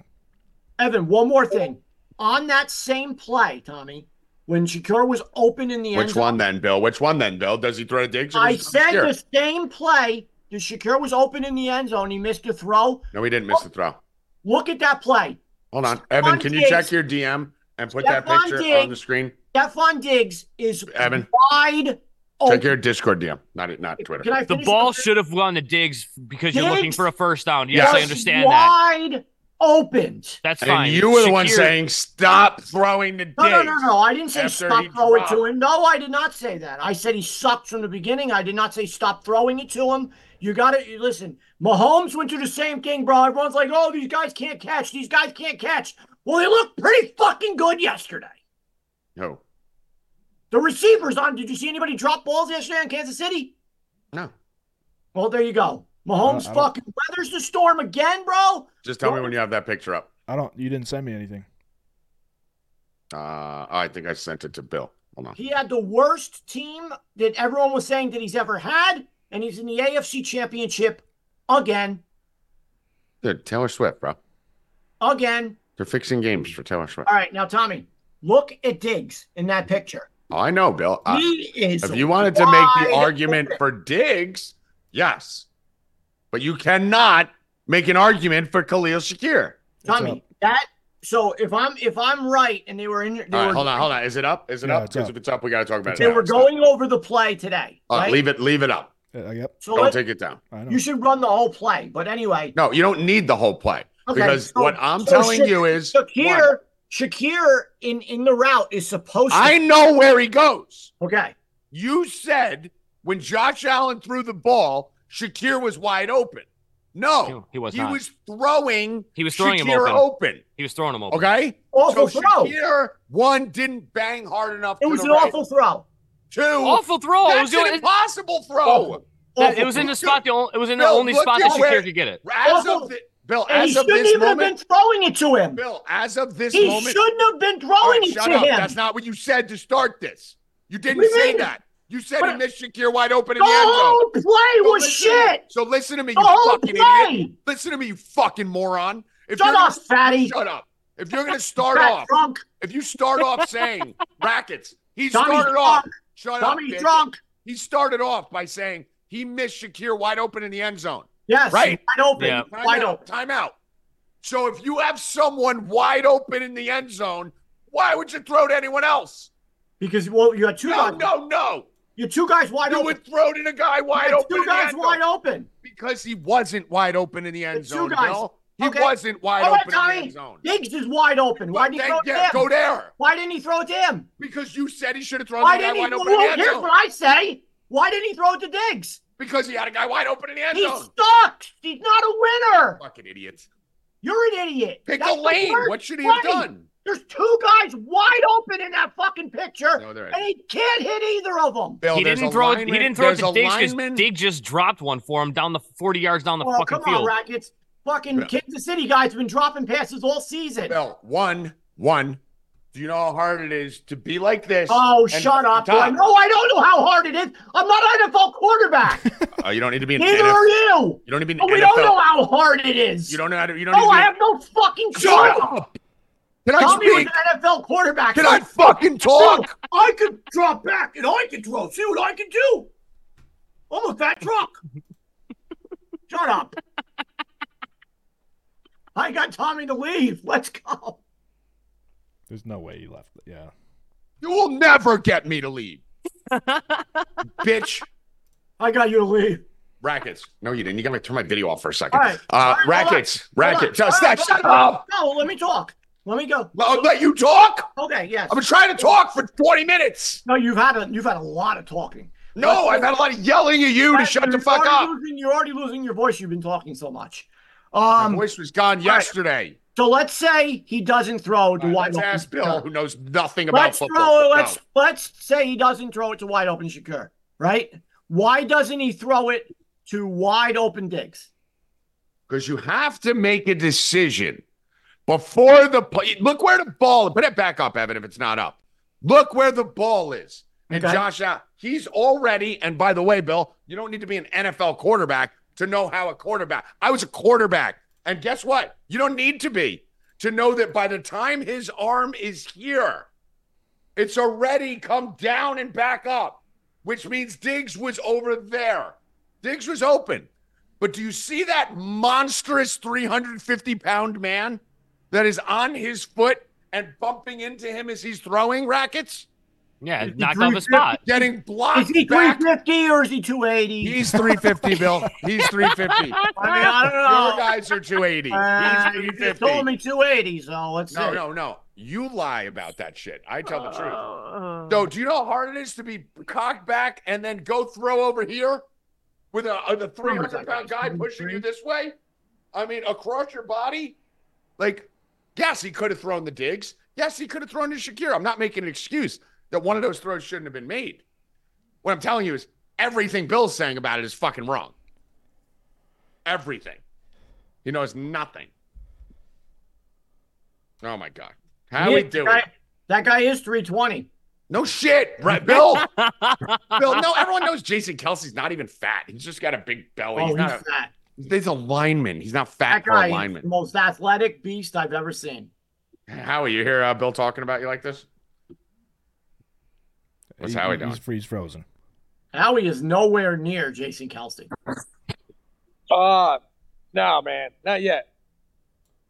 Speaker 3: Evan, one more thing. On that same play, Tommy, when Shakur was open in the end
Speaker 2: which
Speaker 3: zone,
Speaker 2: one then, Bill? Which one then, Bill? Does he throw to Diggs? Or
Speaker 3: I
Speaker 2: does he
Speaker 3: said
Speaker 2: steer?
Speaker 3: the same play. The Shakur was open in the end zone. He missed a throw.
Speaker 2: No, he didn't miss the throw.
Speaker 3: Look at that play.
Speaker 2: Hold on, Evan. Can you
Speaker 3: Diggs.
Speaker 2: check your DM and put that
Speaker 3: Stephon
Speaker 2: picture on
Speaker 3: Diggs.
Speaker 2: the screen?
Speaker 3: Stephon Diggs is
Speaker 2: Evan.
Speaker 3: wide open.
Speaker 2: Check your Discord DM, not not Twitter.
Speaker 3: Can I
Speaker 4: The
Speaker 3: finish
Speaker 4: ball
Speaker 3: with this?
Speaker 4: should have gone to Diggs because you're looking
Speaker 3: Diggs
Speaker 4: for a first down. Yes,
Speaker 2: Yes.
Speaker 4: I
Speaker 3: was
Speaker 4: understand that.
Speaker 3: wide open.
Speaker 4: That's fine.
Speaker 2: and you were the one
Speaker 4: Shakir-
Speaker 2: saying stop throwing the Diggs.
Speaker 3: No, no, no, no. I didn't say
Speaker 2: After
Speaker 3: stop
Speaker 2: he
Speaker 3: throw it to
Speaker 2: dropped.
Speaker 3: him. No, I did not say that. I said he sucked from the beginning. I did not say stop throwing it to him. You got to listen. Mahomes went through the same thing, bro. Everyone's like, "Oh, these guys can't catch. These guys can't catch." Well, they looked pretty fucking good yesterday.
Speaker 2: No,
Speaker 3: The receivers on. Did you see anybody drop balls yesterday in Kansas City?
Speaker 2: no.
Speaker 3: Well, there you go. Mahomes
Speaker 1: I don't-
Speaker 3: fucking weathers the storm again, bro.
Speaker 2: Just tell me when you have that picture up.
Speaker 1: I don't you didn't send me anything.
Speaker 2: Uh, I think I sent it to Bill. Hold on.
Speaker 3: He had the worst team that everyone was saying that he's ever had, and he's in the AFC Championship again,
Speaker 2: Dude, Taylor Swift, bro.
Speaker 3: again.
Speaker 2: They're fixing games for Taylor Swift.
Speaker 3: All right, now Tommy, look at Diggs in that picture.
Speaker 2: Oh, I know, Bill. Uh,
Speaker 3: he is.
Speaker 2: if you wanted to make
Speaker 3: wide
Speaker 2: the argument
Speaker 3: open.
Speaker 2: for Diggs, yes, but you cannot make an argument for Khalil Shakir.
Speaker 1: What's
Speaker 3: Tommy,
Speaker 1: up?
Speaker 3: that. So if I'm if I'm right, and they were in, they
Speaker 2: All right,
Speaker 3: were,
Speaker 2: hold on, hold on. Is it up? Is it
Speaker 1: Yeah,
Speaker 2: up?
Speaker 1: it's
Speaker 2: Because
Speaker 1: up.
Speaker 2: if it's up, we got to talk about
Speaker 1: It's
Speaker 2: it.
Speaker 3: they
Speaker 1: up.
Speaker 2: now.
Speaker 3: were
Speaker 2: It's not.
Speaker 3: going over the play today.
Speaker 2: All right,
Speaker 3: right?
Speaker 2: Leave it. Leave it up.
Speaker 1: Uh, yep,
Speaker 3: so
Speaker 2: Don't
Speaker 3: let-
Speaker 2: take it down.
Speaker 1: I know.
Speaker 3: you should run the whole play. But anyway,
Speaker 2: No, you don't need the whole play
Speaker 3: Okay,
Speaker 2: because
Speaker 3: so-
Speaker 2: what I'm
Speaker 3: so
Speaker 2: telling
Speaker 3: Sha-
Speaker 2: you is one,
Speaker 3: Shakir, Shakir in in the route is supposed to.
Speaker 2: I know where he goes.
Speaker 3: okay.
Speaker 2: You said when Josh Allen threw the ball, Shakir was wide open. No,
Speaker 4: No, he was
Speaker 2: he
Speaker 4: not.
Speaker 2: was throwing.
Speaker 4: He was throwing him
Speaker 2: Shakir open.
Speaker 4: He was throwing him open.
Speaker 2: Okay,
Speaker 3: Awful
Speaker 2: so
Speaker 3: throw.
Speaker 2: Shakir one didn't bang hard enough.
Speaker 3: It
Speaker 2: to
Speaker 3: was
Speaker 2: the
Speaker 3: an
Speaker 2: right.
Speaker 3: awful throw.
Speaker 2: two.
Speaker 4: Awful throw. It Oh.
Speaker 2: That's
Speaker 4: was, the
Speaker 2: an
Speaker 4: only-
Speaker 2: impossible throw.
Speaker 3: Awful.
Speaker 4: that- it was in the spot. The only, it was in the
Speaker 2: Bill,
Speaker 4: only
Speaker 2: look
Speaker 4: spot
Speaker 2: at
Speaker 4: that
Speaker 2: where-
Speaker 4: Shakir could get it.
Speaker 2: As
Speaker 3: Awful.
Speaker 2: of thi- Bill,
Speaker 3: And
Speaker 2: as
Speaker 3: he
Speaker 2: of
Speaker 3: shouldn't
Speaker 2: this
Speaker 3: even have been
Speaker 2: moment,
Speaker 3: throwing it to him.
Speaker 2: Bill, as of this
Speaker 3: He
Speaker 2: moment,
Speaker 3: shouldn't have been
Speaker 2: All
Speaker 3: throwing
Speaker 2: right,
Speaker 3: it
Speaker 2: shut
Speaker 3: to
Speaker 2: up.
Speaker 3: him.
Speaker 2: That's not what you said to start this. You didn't
Speaker 3: What do you
Speaker 2: say
Speaker 3: mean?
Speaker 2: that. You said
Speaker 3: But-
Speaker 2: he missed Shakir wide open in
Speaker 3: the
Speaker 2: the end zone.
Speaker 3: whole play
Speaker 2: So
Speaker 3: was
Speaker 2: listen to me.
Speaker 3: shit.
Speaker 2: So listen to me,
Speaker 3: The
Speaker 2: you
Speaker 3: whole
Speaker 2: fucking idiot.
Speaker 3: play.
Speaker 2: Listen to me, you fucking moron. If
Speaker 3: Shut
Speaker 2: you're
Speaker 3: up,
Speaker 2: Gonna,
Speaker 3: fatty.
Speaker 2: shut up. If you're gonna start
Speaker 3: Fat
Speaker 2: off,
Speaker 3: drunk.
Speaker 2: if you start off saying rackets, he
Speaker 3: Tommy's
Speaker 2: started off.
Speaker 3: drunk.
Speaker 2: Shut
Speaker 3: Tommy's
Speaker 2: up. bitch.
Speaker 3: drunk.
Speaker 2: He started off by saying he missed Shakir wide open in the end zone.
Speaker 3: Yes.
Speaker 2: Right.
Speaker 3: Wide open.
Speaker 4: Yeah.
Speaker 2: Time
Speaker 3: Wide
Speaker 2: out.
Speaker 3: open.
Speaker 2: Time out. So if you have someone wide open in the end zone, why would you throw to anyone else?
Speaker 3: Because well, you had two
Speaker 2: No,
Speaker 3: guys.
Speaker 2: no, no.
Speaker 3: You had two guys wide
Speaker 2: You
Speaker 3: open.
Speaker 2: would throw to the guy wide
Speaker 3: You had
Speaker 2: open.
Speaker 3: two
Speaker 2: in the
Speaker 3: guys
Speaker 2: end
Speaker 3: wide
Speaker 2: zone
Speaker 3: open.
Speaker 2: Because he wasn't wide open in the end
Speaker 3: It's two
Speaker 2: zone.
Speaker 3: guys.
Speaker 2: Bill. He
Speaker 3: Okay.
Speaker 2: wasn't wide
Speaker 3: All right,
Speaker 2: open in
Speaker 3: Tommy.
Speaker 2: the end zone.
Speaker 3: Diggs is wide open. Why did he
Speaker 2: Thank-
Speaker 3: throw it
Speaker 2: yeah,
Speaker 3: to
Speaker 2: go
Speaker 3: him?
Speaker 2: there.
Speaker 3: Why didn't he throw it to him?
Speaker 2: Because you said he should have thrown
Speaker 3: Why
Speaker 2: the guy
Speaker 3: didn't he?
Speaker 2: wide
Speaker 3: Well,
Speaker 2: open in the end
Speaker 3: here's
Speaker 2: zone.
Speaker 3: what I say. Why didn't he throw it to Diggs?
Speaker 2: Because he had a guy wide open in the end
Speaker 3: He
Speaker 2: zone.
Speaker 3: sucks. He's not a winner.
Speaker 2: Fucking idiots.
Speaker 3: You're an idiot.
Speaker 2: Pick
Speaker 3: That's
Speaker 2: a
Speaker 3: the
Speaker 2: lane.
Speaker 3: worst
Speaker 2: What should he have
Speaker 3: play.
Speaker 2: done?
Speaker 3: There's two guys wide open in that fucking picture,
Speaker 2: No, there
Speaker 3: and he can't hit either of them.
Speaker 2: Bill,
Speaker 4: he
Speaker 2: there's
Speaker 4: didn't
Speaker 2: a
Speaker 4: throw.
Speaker 2: lineman-
Speaker 4: he didn't throw it
Speaker 2: there's
Speaker 4: to
Speaker 2: a
Speaker 4: Diggs because
Speaker 2: lineman-
Speaker 4: Diggs just dropped one for him down the forty yards down the
Speaker 3: Well,
Speaker 4: fucking
Speaker 3: come
Speaker 4: field.
Speaker 3: on, Rackets. Fucking
Speaker 2: Yeah.
Speaker 3: Kansas City guys have been dropping passes all season.
Speaker 2: Bill, one, one. Do you know how hard it is to be like this?
Speaker 3: Oh,
Speaker 2: and
Speaker 3: shut up.
Speaker 2: Tom,
Speaker 3: Glenn. No, I don't know how hard it is. I'm not an NFL quarterback.
Speaker 2: oh, you don't need to be an
Speaker 3: Neither
Speaker 2: NFL.
Speaker 3: are you.
Speaker 2: You don't need to be
Speaker 3: But
Speaker 2: an
Speaker 3: Oh, we
Speaker 2: NFL.
Speaker 3: don't know how hard it is.
Speaker 2: You don't know how to. You don't
Speaker 3: No,
Speaker 2: need to
Speaker 3: Oh, I
Speaker 2: be-
Speaker 3: have no fucking clue.
Speaker 2: Shut up! Can I
Speaker 3: Tommy was
Speaker 2: speak?
Speaker 3: an NFL quarterback.
Speaker 2: Can I fucking talk?
Speaker 3: No, I could drop back and I could throw. See what I can do. I'm a fat truck. Shut up. I got Tommy to leave. Let's go.
Speaker 1: There's no way he left. Yeah.
Speaker 2: You will never get me to leave. Bitch.
Speaker 3: I got you to leave.
Speaker 2: Rackets. No, you didn't. You got to turn my video off for a second.
Speaker 3: All right.
Speaker 2: Uh,
Speaker 3: right,
Speaker 2: rackets.
Speaker 3: Hold on.
Speaker 2: Rackets.
Speaker 3: All
Speaker 2: Just
Speaker 3: right,
Speaker 2: shut
Speaker 3: hold on.
Speaker 2: up.
Speaker 3: No, let me talk. Let me go.
Speaker 2: I'll let you talk.
Speaker 3: Okay, yes.
Speaker 2: I've been trying to talk for 20 minutes.
Speaker 3: No, you've had a you've had a lot of talking.
Speaker 2: No, I've had a lot of yelling at you to
Speaker 3: Matt,
Speaker 2: shut the
Speaker 3: you're
Speaker 2: fuck
Speaker 3: already
Speaker 2: up.
Speaker 3: losing- you're already losing your voice. You've been talking so much.
Speaker 2: My
Speaker 3: Um,
Speaker 2: voice was gone yesterday.
Speaker 3: so let's say he doesn't throw to
Speaker 2: All right,
Speaker 3: wide
Speaker 2: let's
Speaker 3: open.
Speaker 2: ask Bill, who knows nothing about
Speaker 3: Let's
Speaker 2: football.
Speaker 3: throw it.
Speaker 2: No.
Speaker 3: Let's let's say he doesn't throw it to wide open Shakur, right? Why doesn't he throw it to wide open Diggs?
Speaker 2: because you have to make a decision before the play. Look where the ball. Put it back up, Evan, if it's not up. Look where the ball is. And
Speaker 3: Okay.
Speaker 2: Josh Allen, he's already. And by the way, Bill, you don't need to be an NFL quarterback to know how a quarterback. I was a quarterback, and guess what? You don't need to be to know that by the time his arm is here, it's already come down and back up, which means Diggs was over there. Diggs was open. But do you see that monstrous 350 pound man that is on his foot and bumping into him as he's throwing rackets?
Speaker 4: Yeah,
Speaker 3: Is he
Speaker 4: knocked off a
Speaker 3: 350?
Speaker 4: spot.
Speaker 2: Getting
Speaker 3: Is
Speaker 2: blocked
Speaker 3: he
Speaker 2: back.
Speaker 3: 350 or is he 280?
Speaker 2: He's 350, Bill. He's 350.
Speaker 3: I mean, I
Speaker 2: Your
Speaker 3: don't know.
Speaker 2: guys are 280.
Speaker 3: Uh,
Speaker 2: He's
Speaker 3: you just told
Speaker 2: 350.
Speaker 3: me 280, so let's
Speaker 2: No,
Speaker 3: see.
Speaker 2: no, no. You lie about that shit. I tell the truth.
Speaker 4: Uh,
Speaker 3: Oh.
Speaker 2: So, do you know how hard it is to be cocked back and then go throw over here with a, with a 300 pound guy pushing you this way? I mean, across your body? Like, yes, he could have thrown the digs. Yes, he could have thrown to Shakir. I'm not making an excuse that one of those throws shouldn't have been made. What I'm telling you is everything Bill's saying about it is fucking wrong. Everything. He knows nothing. Oh my God. How
Speaker 3: He
Speaker 2: we
Speaker 3: is-
Speaker 2: doing?
Speaker 3: that guy- That guy is 320.
Speaker 2: No shit, right, Bill. Bill, no, everyone knows Jason Kelsey's not even fat. He's just got a big belly.
Speaker 3: Oh,
Speaker 2: he's
Speaker 3: he's
Speaker 2: not.
Speaker 3: fat.
Speaker 2: A, he's a lineman. He's not fat
Speaker 3: That
Speaker 2: for a
Speaker 3: guy is the
Speaker 2: lineman.
Speaker 3: most athletic beast I've ever seen.
Speaker 2: Howie, you hear uh, Bill talking about you like this? What's
Speaker 1: He-
Speaker 2: Howie
Speaker 1: he's
Speaker 2: doing?
Speaker 1: freeze frozen.
Speaker 3: Howie is nowhere near Jason Kelsey.
Speaker 5: Uh no man, not yet.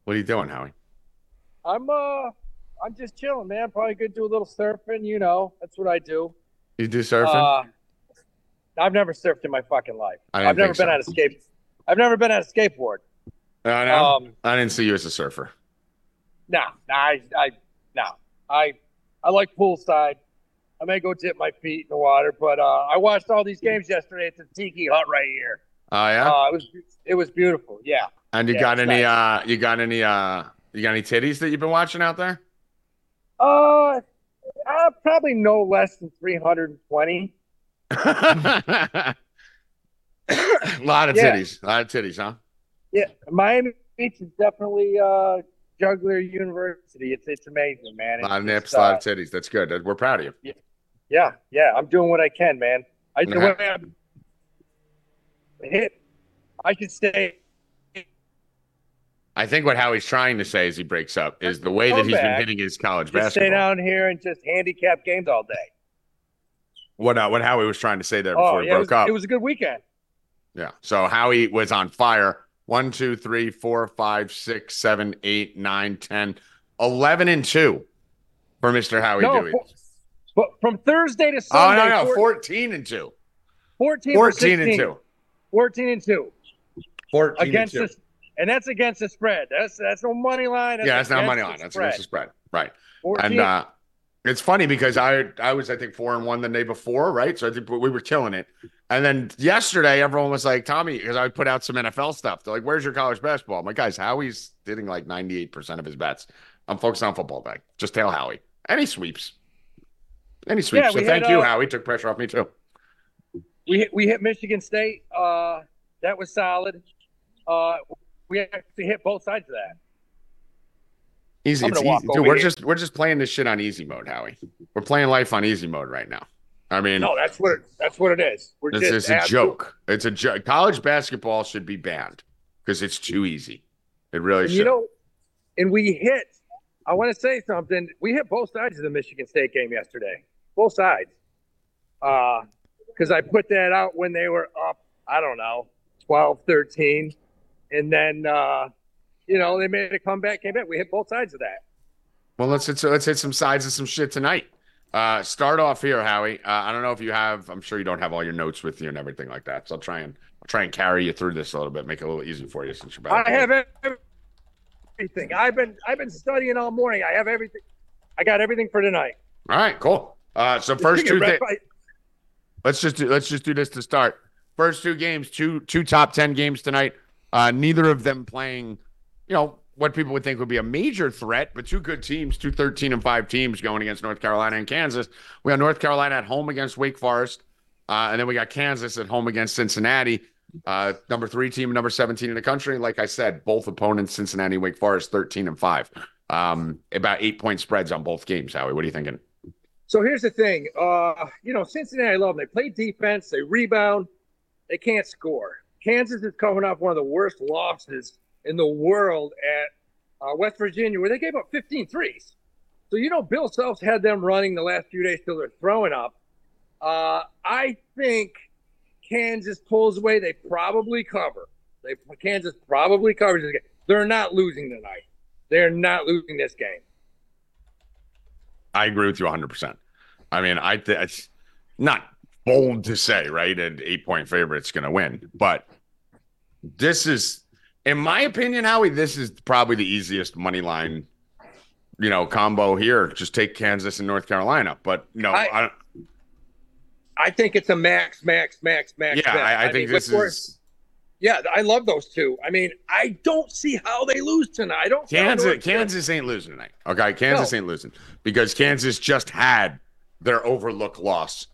Speaker 2: What are you doing, Howie?
Speaker 5: I'm uh I'm just chilling, man. Probably gonna do a little surfing, you know. That's what I do.
Speaker 2: You do surfing?
Speaker 5: Uh, I've never surfed in my fucking life.
Speaker 2: I didn't
Speaker 5: I've never
Speaker 2: think
Speaker 5: been
Speaker 2: so.
Speaker 5: on a skate I've never been on a skateboard.
Speaker 2: Oh, no?
Speaker 5: Um
Speaker 2: I didn't see you as a surfer.
Speaker 5: no, no, I I no. I I like poolside. I may go dip my feet in the water, but uh I watched all these games yesterday at the tiki hut right here.
Speaker 2: Oh yeah.
Speaker 5: Uh, it was it was beautiful, yeah.
Speaker 2: and you
Speaker 5: yeah,
Speaker 2: got
Speaker 5: it's
Speaker 2: any? Uh, you got any? Uh, you got any titties that you've been watching out there?
Speaker 5: Uh, uh probably no less than 320.
Speaker 2: A lot of
Speaker 5: Yeah.
Speaker 2: titties. A lot of titties, huh?
Speaker 5: Yeah, Miami Beach is definitely uh juggler university. It's it's amazing,
Speaker 2: A
Speaker 5: man. It's
Speaker 2: lot of nips.
Speaker 5: just,
Speaker 2: A lot
Speaker 5: uh,
Speaker 2: of titties. That's good. We're proud of you.
Speaker 5: yeah, yeah. I'm doing what I can, man. I the
Speaker 2: Uh-huh.
Speaker 5: way I'm hit. I should stay.
Speaker 2: I think what Howie's trying to say as he breaks up is the way that he's been
Speaker 5: Comeback.
Speaker 2: hitting his college
Speaker 5: Just stay
Speaker 2: basketball.
Speaker 5: down here and just handicap games all day.
Speaker 2: What uh, what Howie was trying to say there before
Speaker 5: Oh,
Speaker 2: he
Speaker 5: yeah, it
Speaker 2: broke
Speaker 5: was,
Speaker 2: up.
Speaker 5: it was a good weekend.
Speaker 2: yeah. So Howie was on fire. One, two, three, four, five, six, seven, eight, nine, ten, eleven, and two for Mr. Howie
Speaker 5: no,
Speaker 2: Dewey.
Speaker 5: fo- but from Thursday to
Speaker 2: oh
Speaker 5: Sunday,
Speaker 2: no, no,
Speaker 5: four-
Speaker 2: fourteen and two.
Speaker 5: 14, for
Speaker 2: Fourteen and
Speaker 5: 16.
Speaker 2: two.
Speaker 5: 14 and two.
Speaker 2: Fourteen
Speaker 5: against
Speaker 2: and two.
Speaker 5: us, and that's against the spread. That's that's no money line.
Speaker 2: yeah, that's not
Speaker 5: against
Speaker 2: money
Speaker 5: the
Speaker 2: line. That's
Speaker 5: spread.
Speaker 2: against the spread. Right.
Speaker 5: 14,
Speaker 2: And uh, it's funny because I I was I think four and one the day before, right? So I think we were killing it. And then yesterday, everyone was like, "Tommy," because I put out some NFL stuff. They're like, "Where's your college basketball?" I'm like, "Guys, Howie's hitting like 98 percent of his bets. I'm focused on football today. Just tell Howie. And he sweeps. And he sweeps.
Speaker 5: Yeah,
Speaker 2: so
Speaker 5: we had,
Speaker 2: thank you,
Speaker 5: uh,
Speaker 2: Howie. Took pressure off me too.
Speaker 5: we hit, we hit Michigan State. Uh, that was solid. Uh, we actually hit both sides of that.
Speaker 2: Easy.
Speaker 5: I'm
Speaker 2: It's
Speaker 5: gonna walk
Speaker 2: easy. Dude,
Speaker 5: over
Speaker 2: we're
Speaker 5: here.
Speaker 2: just we're just playing this shit on easy mode, Howie. We're playing life on easy mode right now. I mean,
Speaker 5: No, that's what it, that's what it is. We're
Speaker 2: it's,
Speaker 5: just
Speaker 2: it's a
Speaker 5: absolute-
Speaker 2: joke. It's a joke. College basketball should be banned because it's too easy. It really
Speaker 5: And
Speaker 2: should.
Speaker 5: you know, and we hit. I want to say something. We hit both sides of the Michigan State game yesterday. Both sides. Because I put that out when they were up. I don't know, 12, 13. and then uh, you know they made a comeback. Came back. We hit both sides of that.
Speaker 2: Well, let's hit, so let's hit some sides and some shit tonight. Uh, start off here, Howie. Uh, I don't know if you have. I'm sure you don't have all your notes with you and everything like that. So I'll try and I'll try and carry you through this a little bit, make it a little easier for you since you're back.
Speaker 5: I have ev- everything. I've been I've been studying all morning. I have everything. I got everything for tonight.
Speaker 2: All right, cool. Uh, so first two
Speaker 5: Speaking of
Speaker 2: things.
Speaker 5: red fight-
Speaker 2: Let's just do, let's just do this to start. First two games, two two top ten games tonight. Uh, neither of them playing, you know, what people would think would be a major threat, but two good teams, two 13 and five teams going against North Carolina and Kansas. We got North Carolina at home against Wake Forest, uh, and then we got Kansas at home against Cincinnati. Uh, number three team, number 17 in the country. Like I said, both opponents, Cincinnati, Wake Forest, 13 and five. Um, about eight point spreads on both games. Howie, what are you thinking?
Speaker 5: So here's the thing. Uh, you know, Cincinnati, I love them. They play defense, they rebound, they can't score. Kansas is coming off one of the worst losses in the world at uh, West Virginia, where they gave up 15 threes. So, you know, Bill Self's had them running the last few days till they're throwing up. Uh, I think Kansas pulls away. They probably cover. They Kansas probably covers this game. They're not losing tonight. They're not losing this game.
Speaker 2: I agree with you 100%. I mean, I th- it's not bold to say, right? An eight point favorite's going to win, but this is, in my opinion, Howie, this is probably the easiest money line, you know, combo here. Just take Kansas and North Carolina, but no, I,
Speaker 5: I- I think it's a max, max, max, max.
Speaker 2: yeah,
Speaker 5: bet.
Speaker 2: I, I think
Speaker 5: mean,
Speaker 2: this
Speaker 5: with-
Speaker 2: is
Speaker 5: Yeah, I love those two. I mean, I don't see how they lose tonight. I don't. I
Speaker 2: Kansas.
Speaker 5: don't-
Speaker 2: Kansas ain't losing tonight. Okay, Kansas
Speaker 5: No.
Speaker 2: ain't losing because Kansas just had their overlook loss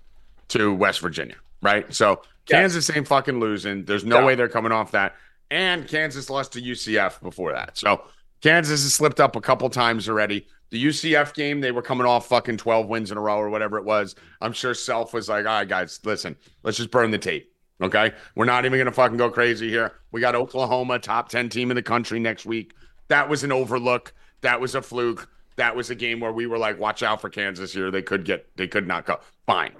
Speaker 2: to West Virginia, right? So
Speaker 5: Yeah.
Speaker 2: Kansas ain't fucking losing. There's no
Speaker 5: No.
Speaker 2: way they're coming off that. And Kansas lost to UCF before that. So Kansas has slipped up a couple times already. The UCF game, they were coming off fucking 12 wins in a row or whatever it was. I'm sure Self was like, all right, guys, listen, let's just burn the tape. Okay. We're not even going to fucking go crazy here. We got Oklahoma, top 10 team in the country next week. That was an overlook. That was a fluke. That was a game where we were like, watch out for Kansas here. They could get, they could not go. Fine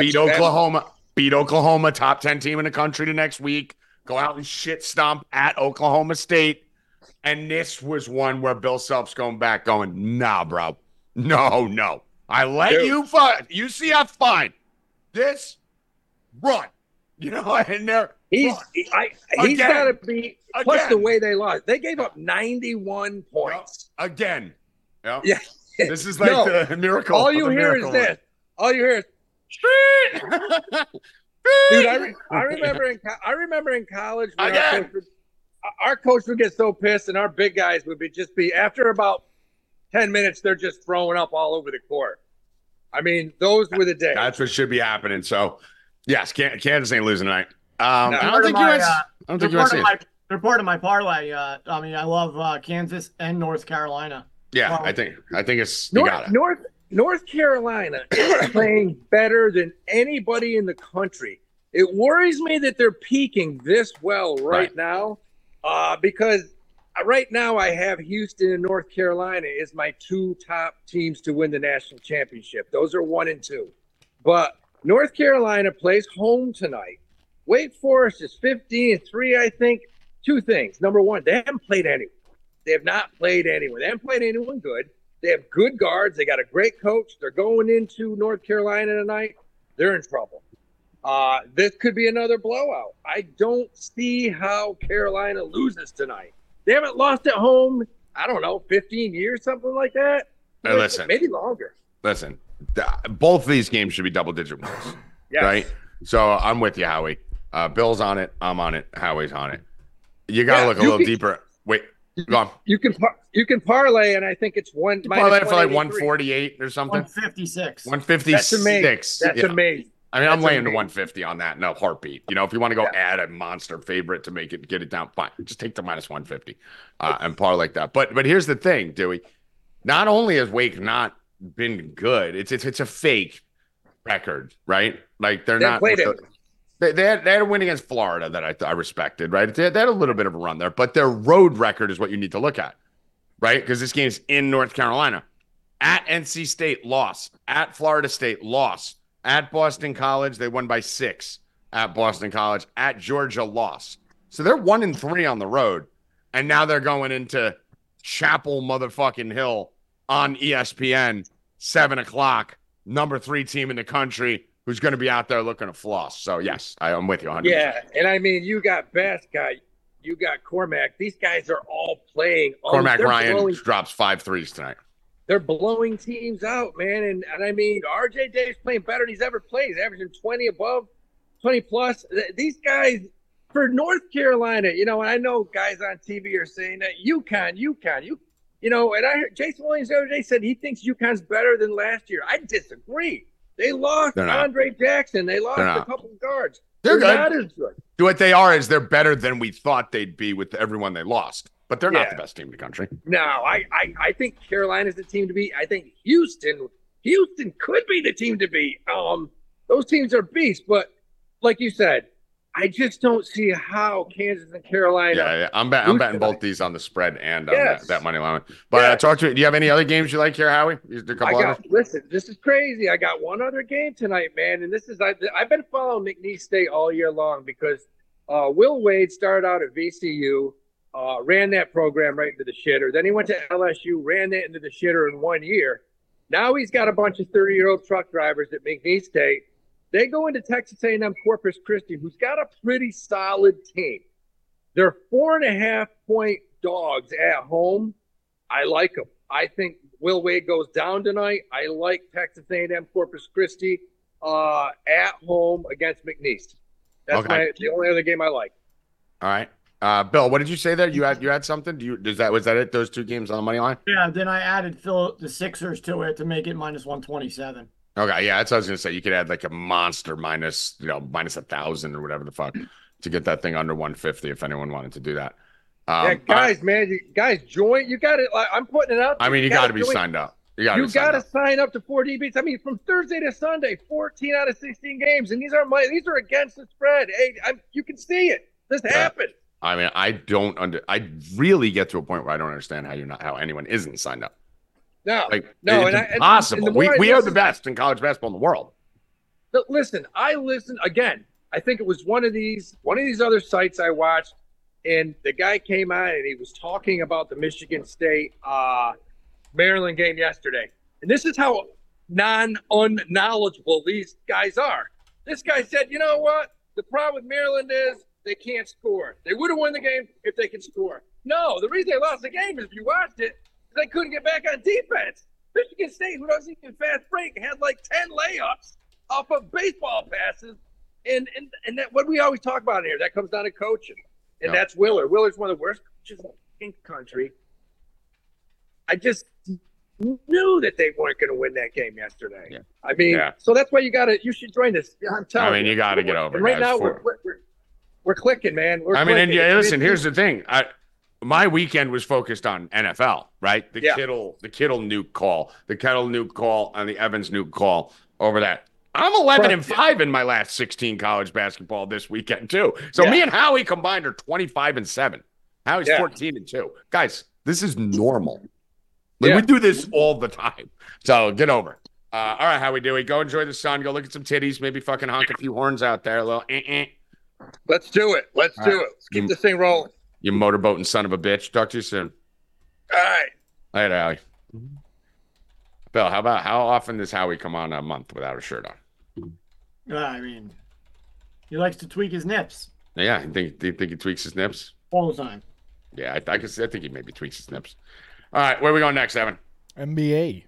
Speaker 2: beat
Speaker 5: That's-
Speaker 2: Oklahoma, beat Oklahoma, top 10 team in the country the next week. Go out and shit stomp at Oklahoma State. And this was one where Bill Self's going back, going, nah, bro. No, no. I let
Speaker 5: Dude.
Speaker 2: you fight. UCF fine. This run. You know, and they're
Speaker 5: He's I, he's
Speaker 2: Again.
Speaker 5: got to be. Plus
Speaker 2: Again.
Speaker 5: the way they lost, they gave up 91 points.
Speaker 2: again. Yeah.
Speaker 5: Yeah.
Speaker 2: This is like
Speaker 5: No.
Speaker 2: the miracle.
Speaker 5: All you
Speaker 2: the
Speaker 5: hear is
Speaker 2: miracle
Speaker 5: this. All you hear is,
Speaker 2: run.
Speaker 5: dude. I, re- I remember in co- I remember in college when our
Speaker 2: Again.
Speaker 5: coach, would, our coach would get so pissed, and our big guys would be just be after about 10 minutes, they're just throwing up all over the court. I mean, those were the days.
Speaker 2: That's what should be happening. So, yes, Can- Kansas ain't losing tonight. Um,
Speaker 5: No.
Speaker 2: I
Speaker 3: Part
Speaker 2: don't
Speaker 3: of
Speaker 2: think you
Speaker 3: my,
Speaker 2: guys.
Speaker 3: uh,
Speaker 2: I don't
Speaker 3: They're
Speaker 2: think you guys
Speaker 3: part,
Speaker 2: see
Speaker 3: of
Speaker 2: it.
Speaker 3: my, they're part of my parlay. Uh, I mean, I love uh, Kansas and North Carolina.
Speaker 2: Yeah,
Speaker 3: Wow.
Speaker 2: I think I think it's you got
Speaker 5: North,
Speaker 2: it.
Speaker 5: North North Carolina is playing better than anybody in the country. It worries me that they're peaking this well right,
Speaker 2: Right.
Speaker 5: now, uh, because right now I have Houston and North Carolina as my two top teams to win the national championship. Those are one and two, but North Carolina plays home tonight. Wake Forest is 15 and three, I think. Two things. Number one, they haven't played anyone. They have not played anyone. They haven't played anyone good. They have good guards. They got a great coach. They're going into North Carolina tonight. They're in trouble. Uh, this could be another blowout. I don't see how Carolina loses tonight. They haven't lost at home, I don't know, 15 years, something like that.
Speaker 2: Hey, listen.
Speaker 5: Maybe longer.
Speaker 2: Listen, th- both these games should be double digit wins,
Speaker 5: Yes.
Speaker 2: right? So I'm with you, Howie. Uh, Bill's on it. I'm on it. Howie's on it. You gotta
Speaker 5: Yeah,
Speaker 2: look a
Speaker 5: you
Speaker 2: little
Speaker 5: can-
Speaker 2: deeper. Wait, go on.
Speaker 5: You can par- you can parlay, and I think it's one.
Speaker 2: Parlay
Speaker 5: minus
Speaker 2: for like
Speaker 5: 183.
Speaker 2: 148 or something.
Speaker 3: 156.
Speaker 2: 156.
Speaker 5: That's amazing. That's
Speaker 2: Yeah.
Speaker 5: amazing.
Speaker 2: I mean, I'm
Speaker 5: That's
Speaker 2: laying to
Speaker 5: amazing.
Speaker 2: 150 on that in a heartbeat. You know, if you want to go add a monster favorite to make it get it down, fine. Just take the minus 150 uh, and par like that. But but here's the thing, Dewey. Not only has Wake not been good, it's it's it's a fake record, right? Like they're
Speaker 5: They
Speaker 2: not
Speaker 5: played it.
Speaker 2: They, they, had, they had a win against Florida that I, I respected, right? They had, they had a little bit of a run there, but their road record is what you need to look at, right? Because this game's in North Carolina. At NC State, loss. At Florida State, loss. At Boston College, they won by six. At Boston College, at Georgia, loss. So they're one and three on the road, and now they're going into Chapel motherfucking Hill on E ESPN, seven o'clock. Number three team in the country who's going to be out there looking to floss. So yes, I, I'm with you. 100
Speaker 5: Yeah, and I mean, you got Bass guy, you got Cormac. These guys are all playing. Oh,
Speaker 2: Cormac
Speaker 5: they're
Speaker 2: Ryan
Speaker 5: blowing-
Speaker 2: drops five threes tonight.
Speaker 5: they're blowing teams out, man. And and I mean, RJ Davis playing better than he's ever played. He's averaging twenty above, twenty plus. Th- These guys for North Carolina, you know, and I know guys on TV are saying that UConn, UConn, you, you know, and I heard Jason Williams the other day said he thinks UConn's better than last year. I disagree. They lost
Speaker 2: They're not.
Speaker 5: Andre Jackson. They lost
Speaker 2: They're
Speaker 5: a
Speaker 2: not.
Speaker 5: couple of guards.
Speaker 2: They're good.
Speaker 5: not as good.
Speaker 2: What they are is they're better than we thought they'd be with everyone they lost, but they're not
Speaker 5: Yeah.
Speaker 2: the best team in the country.
Speaker 5: No, I, I, I think Carolina's the team to beat. I think Houston, Houston could be the team to beat. Um, those teams are beasts, but like you said, I just don't see how Kansas and Carolina.
Speaker 2: Yeah, yeah. I'm, bet- I'm
Speaker 5: Who's
Speaker 2: betting
Speaker 5: tonight?
Speaker 2: both these on the spread and on
Speaker 5: Yes.
Speaker 2: that, that money line. But uh,
Speaker 5: Yeah.
Speaker 2: talk to me. Do you have any other games you like here, Howie? Is there a
Speaker 5: I
Speaker 2: couple
Speaker 5: got
Speaker 2: others?
Speaker 5: listen. This is crazy. I got one other game tonight, man, and this is I, I've been following McNeese State all year long because uh, Will Wade started out at VCU, uh, ran that program right into the shitter. Then he went to LSU, ran that into the shitter in one year. Now he's got a bunch of thirty-year-old truck drivers at McNeese State. They go into Texas A&M Corpus Christi, who's got a pretty solid team. They're four and a half point dogs at home. I like them. I think Will Wade goes down tonight. I like Texas A&M Corpus Christi uh, at home against McNeese. That's
Speaker 2: Okay.
Speaker 5: my, the only other game I like.
Speaker 2: All right. Uh, Bill, what did you say there? You
Speaker 5: Mm-hmm.
Speaker 2: had you had something? Do you is that was that it? Those two games on the money line?
Speaker 3: Yeah, then I added Phil the Sixers to it to make it minus one twenty seven.
Speaker 2: Okay, yeah, that's what I was gonna say. You could add like a monster minus, you know, minus a thousand or whatever the fuck to get that thing under 150 if anyone wanted to do that. Um,
Speaker 5: yeah, guys, man, you, guys, join. You got it. Like, I'm putting it out.
Speaker 2: I, I mean, you, got to
Speaker 5: gotta
Speaker 2: be
Speaker 5: join-
Speaker 2: signed up. You got
Speaker 5: You got
Speaker 2: to.
Speaker 5: to sign up to 4D beats. I mean, from Thursday to Sunday, 14 out of 16 games, and these are my these are against the spread. Hey, I'm, you can see it. This
Speaker 2: Yeah.
Speaker 5: happened.
Speaker 2: I mean, I don't under. I really get to a point where I don't understand how you're not how anyone isn't signed up.
Speaker 5: No,
Speaker 2: Like,
Speaker 5: No,
Speaker 2: no,
Speaker 5: and I-
Speaker 2: it's
Speaker 5: and- and
Speaker 2: impossible.
Speaker 5: the
Speaker 2: we
Speaker 5: more I
Speaker 2: we are the
Speaker 5: listen-
Speaker 2: best in college basketball in the world.
Speaker 5: But listen, I listen again. I think it was one of these one of these other sites I watched, and the guy came on and he was talking about the Michigan State uh, Maryland game yesterday. And this is how non unknowledgeable these guys are. This guy said, "You know what? The problem with Maryland is they can't score. They would have won the game if they could score. No, the reason they lost the game is if you watched it, they couldn't get back on defense. Michigan State, who doesn't even fast break, had like ten layups." off of baseball passes. And and, and that what we always talk about here, that comes down to coaching. And
Speaker 2: Yeah.
Speaker 5: that's Willard. Willard's one of the worst coaches in the country. I just knew that they weren't going to win that game yesterday.
Speaker 2: Yeah.
Speaker 5: I mean,
Speaker 2: Yeah.
Speaker 5: so that's why you got to you should join this. Yeah, I'm telling
Speaker 2: I mean, you got to get over.
Speaker 5: And
Speaker 2: it,
Speaker 5: right
Speaker 2: guys,
Speaker 5: now
Speaker 2: for-
Speaker 5: we're, we're, we're we're clicking, man. We're
Speaker 2: I mean, and
Speaker 5: clicking.
Speaker 2: yeah,
Speaker 5: It's-
Speaker 2: listen.
Speaker 5: it's-
Speaker 2: Here's the thing. I, my weekend was focused on NFL, right? The
Speaker 5: Yeah.
Speaker 2: Kittle, the Kittle nuke call, the Kettle nuke call, and the Evans nuke call over that. I'm 11 and five in my last 16 college basketball this weekend too. So
Speaker 5: Yeah.
Speaker 2: me and Howie combined are 25 and seven. Howie's
Speaker 5: Yeah.
Speaker 2: 14 and two. Guys, this is normal. Like
Speaker 5: Yeah.
Speaker 2: we do this all the time. So get over. it. Uh, all right, Howie Dewey, go enjoy the sun. Go look at some titties. Maybe fucking honk a few horns out there. A little. eh, eh-eh.
Speaker 5: let's do it. Let's
Speaker 2: All
Speaker 5: do it. Let's keep
Speaker 2: Mm.
Speaker 5: this thing rolling.
Speaker 2: You motorboating son of a bitch. Talk to you soon.
Speaker 5: All right.
Speaker 2: Later, Howie. Bill, how about how often does Howie come on a month without a shirt on?
Speaker 3: I mean, he likes to tweak his nips
Speaker 2: Yeah, you think do you think he tweaks his nips?
Speaker 3: all the time.
Speaker 2: Yeah, I, I can see, I think he maybe tweaks his nips. All right, where are we going next, Evan?
Speaker 1: NBA.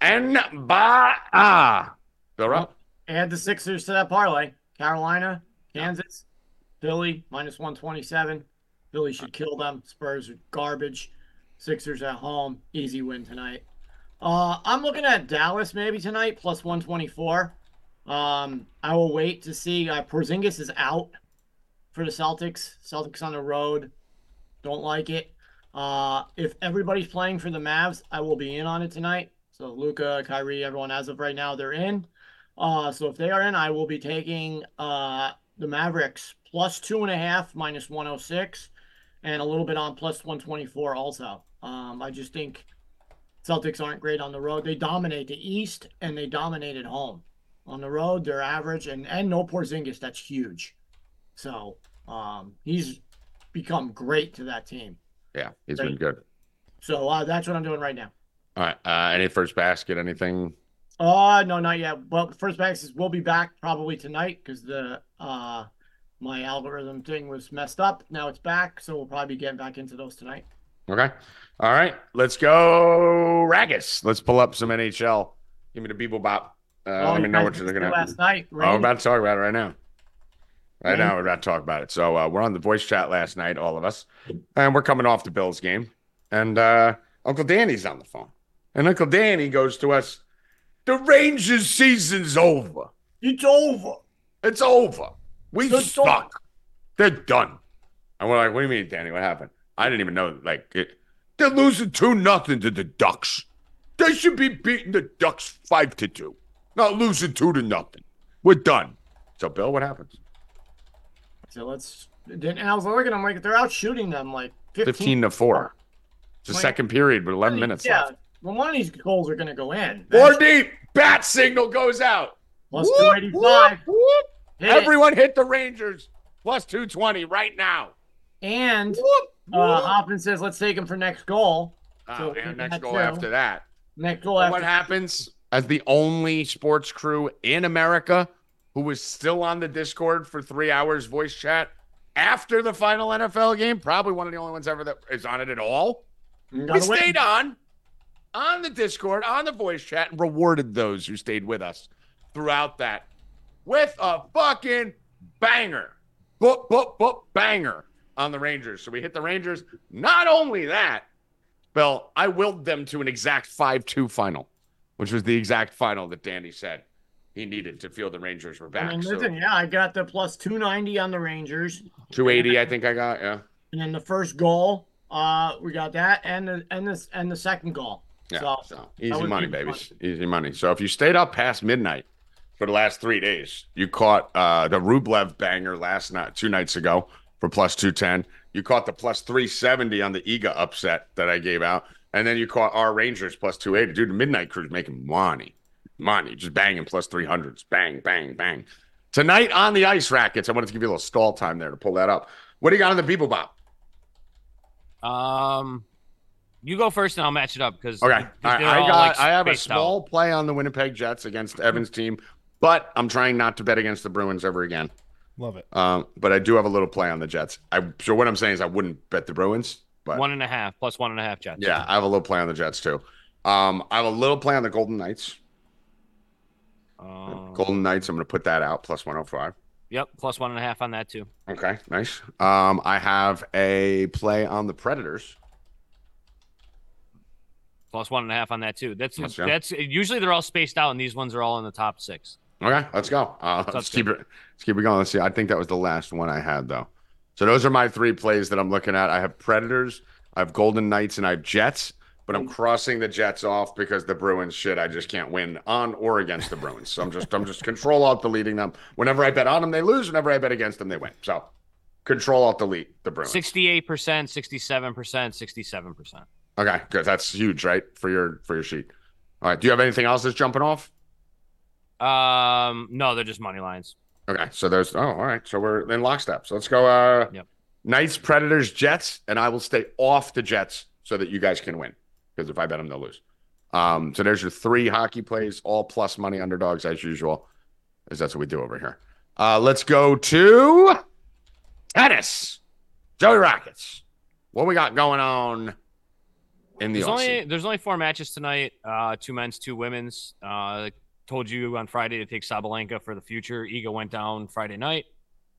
Speaker 2: And by ah, Bill Rupp.
Speaker 3: Add the Sixers to that parlay. Carolina, Kansas, Philly minus one twenty seven. Philly should kill them. Spurs are garbage. Sixers at home, easy win tonight. Uh, I'm looking at Dallas maybe tonight plus one twenty four. Um, I will wait to see. Uh, Porzingis is out for the Celtics. Celtics on the road. Don't like it. Uh, if everybody's playing for the Mavs, I will be in on it tonight. So Luca, Kyrie, everyone as of right now, they're in. Uh, so if they are in, I will be taking uh, the Mavericks plus two and a half, minus 106, and a little bit on plus 124 also. Um, I just think Celtics aren't great on the road. They dominate the East and they dominate at home. On the road, they're average, and, and no Porzingis. That's huge. So um, he's become great to that team.
Speaker 2: Yeah, he's
Speaker 3: Right.
Speaker 2: been good.
Speaker 3: So uh, that's what I'm doing right now.
Speaker 2: All right. Uh, any first basket? Anything?
Speaker 3: Uh no, not yet. Well, first back is we'll be back probably tonight because the uh my algorithm thing was messed up. Now it's back, so we'll probably be getting back into those tonight.
Speaker 2: Okay. All right. Let's go, Ragus. Let's pull up some NHL. Give me the Beeble Bop. Uh,
Speaker 3: Oh,
Speaker 2: let me know what you're looking at.
Speaker 3: last night.
Speaker 2: Oh, we're
Speaker 3: Randy,
Speaker 2: about to talk about it right now. Right
Speaker 3: Randy?
Speaker 2: now, we're about to talk about it. So uh, we're on the voice chat last night, all of us, and we're coming off the Bills game, and uh, Uncle Danny's on the phone, and Uncle Danny goes to us, "The Rangers' season's over.
Speaker 3: it's over.
Speaker 2: It's over. We
Speaker 3: They're done."
Speaker 2: suck. They're done." And we're like, "What do you mean, Danny? What happened? I didn't even know. Like, it, they're losing two nothing to the Ducks. They should be beating the Ducks five to two, not losing two to nothing. We're done." So, Bill, what happens?
Speaker 3: So let's. Then and I was looking. I'm like, they're out shooting them like 15.
Speaker 2: 15 to 4. It's the
Speaker 3: Wait.
Speaker 2: second period with 11 minutes
Speaker 3: Yeah.
Speaker 2: left.
Speaker 3: Well, one of these goals are gonna go in.
Speaker 2: Four deep. Bat signal goes out.
Speaker 3: Plus
Speaker 2: Whoop,
Speaker 3: 285.
Speaker 2: whoop, whoop.
Speaker 3: Hit it.
Speaker 2: Everyone hit the Rangers. Plus 220 right now.
Speaker 3: And
Speaker 2: Whoop,
Speaker 3: uh,
Speaker 2: whoop.
Speaker 3: Hoffman says, let's take him for next goal.
Speaker 2: Oh,
Speaker 3: so
Speaker 2: and next
Speaker 3: that's
Speaker 2: goal
Speaker 3: two.
Speaker 2: after that.
Speaker 3: Next goal
Speaker 2: But
Speaker 3: after
Speaker 2: what happens as the only sports crew in America who was still on the Discord for three hours voice chat after the final NFL game? Probably one of the only ones ever that is on it at all.
Speaker 3: Another
Speaker 2: We
Speaker 3: win.
Speaker 2: stayed on on the Discord, on the voice chat, and rewarded those who stayed with us throughout that with a fucking banger. Boop, boop, boop, banger on the Rangers. So we hit the Rangers. Not only that, Bill, I willed them to an exact 5 2 final, which was the exact final that Danny said he needed to feel the Rangers were back.
Speaker 3: I mean,
Speaker 2: so
Speaker 3: listen, yeah, I got the plus 290 on the Rangers.
Speaker 2: 280, I think I got. Yeah.
Speaker 3: And then the first goal, uh, we got that and the and this and the second goal.
Speaker 2: Yeah.
Speaker 3: So,
Speaker 2: so
Speaker 3: that
Speaker 2: easy
Speaker 3: would
Speaker 2: money,
Speaker 3: be fun.
Speaker 2: babies. Easy money. So if you stayed up past midnight for the last three days, you caught uh, the Rublev banger last night, two nights ago for plus 210. You caught the plus 370 on the Iga upset that I gave out. And then you caught our Rangers plus 280. Dude, the Midnight Crew's making money. Money. Just banging plus 300s. Bang, bang, bang. Tonight on the Ice Rackets, I wanted to give you a little stall time there to pull that up. What do you got on the Beeble Bop?
Speaker 4: Um, you go first, and I'll match it up because
Speaker 2: Okay. All right. I got. I have a small play on the Winnipeg Jets against Evans' team, but I'm trying not to bet against the Bruins ever again.
Speaker 1: Love it.
Speaker 2: Um, but I do have a little play on the Jets. I so what I'm saying is I wouldn't bet the Bruins, but
Speaker 4: one and a half plus one and a half Jets.
Speaker 2: yeah, I have a little play on the Jets too. Um, I have a little play on the Golden Knights.
Speaker 4: Um,
Speaker 2: Golden Knights. I'm going to put that out plus 105.
Speaker 4: Yep, plus one and a half on that too.
Speaker 2: Okay, nice. Um, I have a play on the Predators.
Speaker 4: Plus one and a half on that too. That's
Speaker 2: Let's go.
Speaker 4: that's usually they're all spaced out, and these ones are all in the top six.
Speaker 2: Okay, let's go. Uh, let's
Speaker 4: Sounds
Speaker 2: keep
Speaker 4: good.
Speaker 2: it. Let's keep it going. Let's see. I think that was the last one I had though. So those are my three plays that I'm looking at. I have Predators, I have Golden Knights, and I have Jets. But I'm crossing the Jets off because the Bruins shit. I just can't win on or against the Bruins. So I'm just I'm just control alt deleting them. Whenever I bet on them, they lose. Whenever I bet against them, they win. So control alt delete the Bruins.
Speaker 4: Sixty-eight percent, sixty-seven percent, sixty-seven percent.
Speaker 2: Okay, good. That's huge, right? For your for your sheet. All right. Do you have anything else that's jumping off?
Speaker 4: Um, no, they're just money lines.
Speaker 2: Okay, so there's oh, all right. So we're in lockstep. So let's go. Uh,
Speaker 4: Yep.
Speaker 2: Knights, Predators, Jets, and I will stay off the Jets so that you guys can win. Because if I bet them, they'll lose. Um, so there's your three hockey plays, all plus money underdogs as usual, as that's what we do over here. Uh, let's go to tennis. Joey Rockets. What we got going on in the
Speaker 4: There's
Speaker 2: offseason?
Speaker 4: only there's only four matches tonight. Uh, two men's, two women's. Uh, told you on Friday to take Sabalenka for the future. Ego went down Friday night.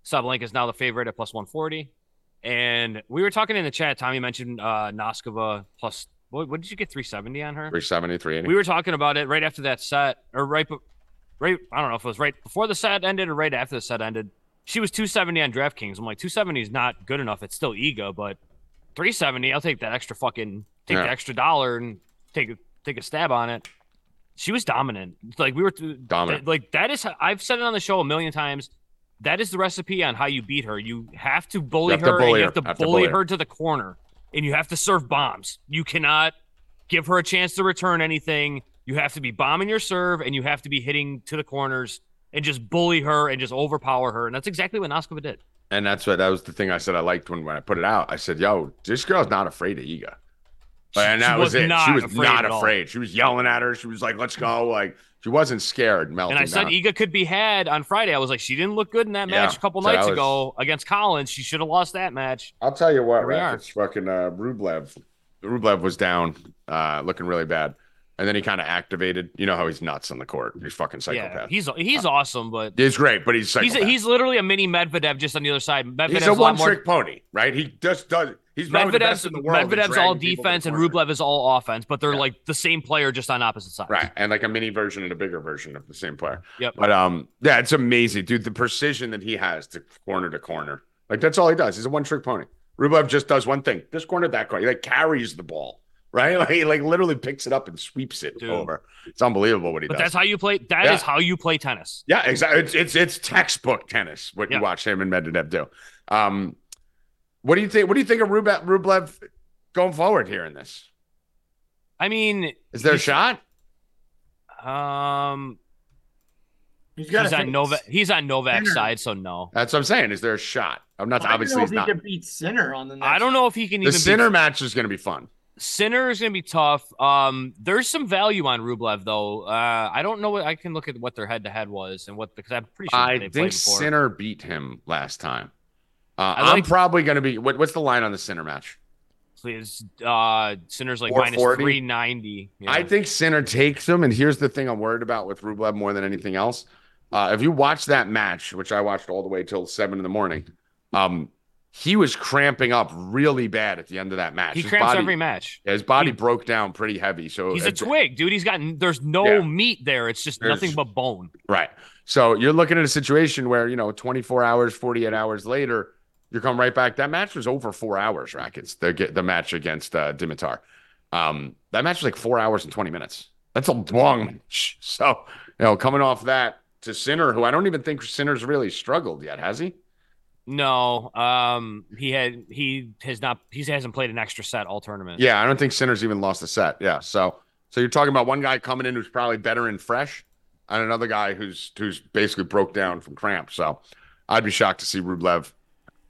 Speaker 4: Sabalenka is now the favorite at plus 140. And we were talking in the chat. Tommy mentioned uh, Noskova plus. What, what did you get 370 on her?
Speaker 2: 370, 380.
Speaker 4: We were talking about it right after that set, or right. be- right. I don't know if it was right before the set ended or right after the set ended. She was 270 on DraftKings. I'm like, 270 is not good enough. It's still ego, but 370, I'll take that extra fucking take the
Speaker 2: Yeah.
Speaker 4: extra dollar and take a take a stab on it. She was dominant. Like we were
Speaker 2: Dominant.
Speaker 4: th- like that is how, I've said it on the show a million times. That is the recipe on how you beat her. You have to bully
Speaker 2: have to
Speaker 4: her and
Speaker 2: bully
Speaker 4: you
Speaker 2: her.
Speaker 4: have to
Speaker 2: Have to
Speaker 4: bully,
Speaker 2: bully her.
Speaker 4: her to the corner and you have to serve bombs. You cannot give her a chance to return anything. You have to be bombing your serve and you have to be hitting to the corners and just bully her and just overpower her. And that's exactly what Noskova did.
Speaker 2: And that's what that was the thing I said I liked when, when I put it out. I said, "Yo, this girl's not afraid of Iga," and
Speaker 4: she
Speaker 2: that was,
Speaker 4: was
Speaker 2: it.
Speaker 4: not
Speaker 2: She was
Speaker 4: afraid
Speaker 2: not
Speaker 4: at all.
Speaker 2: afraid. She was yelling at her. She was like, "Let's go!" Like she wasn't scared. Melting
Speaker 4: And I said
Speaker 2: down.
Speaker 4: Iga could be had on Friday. I was like, she didn't look good in that
Speaker 2: Yeah,
Speaker 4: match a couple
Speaker 2: so that
Speaker 4: nights
Speaker 2: was-
Speaker 4: ago against Collins. She should have lost that match.
Speaker 2: I'll tell you what,
Speaker 4: Here we
Speaker 2: Raph,
Speaker 4: are.
Speaker 2: it's fucking uh, Rublev. Rublev was down, uh, looking really bad, and then he kind of activated. You know how he's nuts on the court. He's fucking
Speaker 4: Yeah,
Speaker 2: psychopath.
Speaker 4: he's he's awesome, but
Speaker 2: he's great, but he's
Speaker 4: he's
Speaker 2: psychopath.
Speaker 4: he's literally a mini Medvedev just on the other side. Medvedev's
Speaker 2: He's a
Speaker 4: lot
Speaker 2: one
Speaker 4: more
Speaker 2: trick pony, right? He just does. He's probably the
Speaker 4: Medvedev's,
Speaker 2: best in the world. at
Speaker 4: Medvedev's
Speaker 2: dragging
Speaker 4: all
Speaker 2: people to the
Speaker 4: defense and
Speaker 2: corner.
Speaker 4: Rublev is all offense, but they're
Speaker 2: Yeah.
Speaker 4: like the same player just on opposite sides.
Speaker 2: Right, and like a mini version and a bigger version of the same player.
Speaker 4: Yep.
Speaker 2: But um, yeah, it's amazing, dude. The precision that he has to corner to corner, like that's all he does. He's a one trick pony. Rublev just does one thing: this corner, that corner. He like carries the ball, right? Like he like literally picks it up and sweeps it
Speaker 4: Dude.
Speaker 2: over. It's unbelievable what he
Speaker 4: But
Speaker 2: does.
Speaker 4: that's how you play. That is
Speaker 2: Yeah.
Speaker 4: how you play tennis.
Speaker 2: yeah, exactly. It's it's, it's textbook tennis what
Speaker 4: Yeah.
Speaker 2: you watch him and Medvedev do. Um, what do you think? What do you think of Rublev, Rublev going forward here in this?
Speaker 4: I mean,
Speaker 2: Is there a
Speaker 4: He's-
Speaker 2: shot?
Speaker 4: um,
Speaker 3: He's got
Speaker 4: he's on Novak. He's on Novak's
Speaker 3: Sinner.
Speaker 4: side, so no.
Speaker 2: That's what I'm saying. Is there a shot? I'm
Speaker 3: I
Speaker 2: not.
Speaker 3: don't
Speaker 2: obviously,
Speaker 3: know
Speaker 2: he's
Speaker 3: if he
Speaker 2: not.
Speaker 3: could beat Sinner on the. Next
Speaker 4: I don't know if he can
Speaker 2: The
Speaker 4: even.
Speaker 2: center
Speaker 4: be,
Speaker 2: match is going to be fun.
Speaker 4: Sinner is going to be tough. Um, there's some value on Rublev though. Uh, I don't know what I can look at what their head to head was and what because I'm pretty sure
Speaker 2: I
Speaker 4: they
Speaker 2: think
Speaker 4: played before.
Speaker 2: Sinner beat him last time. Uh,
Speaker 4: I
Speaker 2: I'm
Speaker 4: like-
Speaker 2: probably going to be. What, what's the line on the Sinner match?
Speaker 4: So it's, uh, Sinner's like minus
Speaker 2: 440?
Speaker 4: 390. Yeah.
Speaker 2: I think Sinner takes him. And here's the thing I'm worried about with Rublev more than anything else. Uh, if you watch that match, which I watched all the way till seven in the morning, um, he was cramping up really bad at the end of that match.
Speaker 4: he
Speaker 2: His
Speaker 4: cramps
Speaker 2: body-
Speaker 4: every match.
Speaker 2: His body
Speaker 4: he-
Speaker 2: broke down pretty heavy. So
Speaker 4: He's a
Speaker 2: uh,
Speaker 4: twig, dude. He's got n- there's no
Speaker 2: Yeah.
Speaker 4: meat there. It's just
Speaker 2: There's-
Speaker 4: nothing but bone.
Speaker 2: Right. So you're looking at a situation where, you know, 24 hours, 48 hours later, you come right back. That match was over four hours, Rackets, the, ge- the match against uh, Dimitar. Um, that match was like four hours and 20 minutes. That's a long match. So, you know, coming off that to Sinner, who I don't even think Sinner's really struggled yet, has he?
Speaker 4: No, um, he had he has not he hasn't played an extra set all tournament.
Speaker 2: Yeah, I don't think Sinner's even lost a set. Yeah. So, so you're talking about one guy coming in who's probably better and fresh and another guy who's, who's basically broke down from cramp. So, I'd be shocked to see Rublev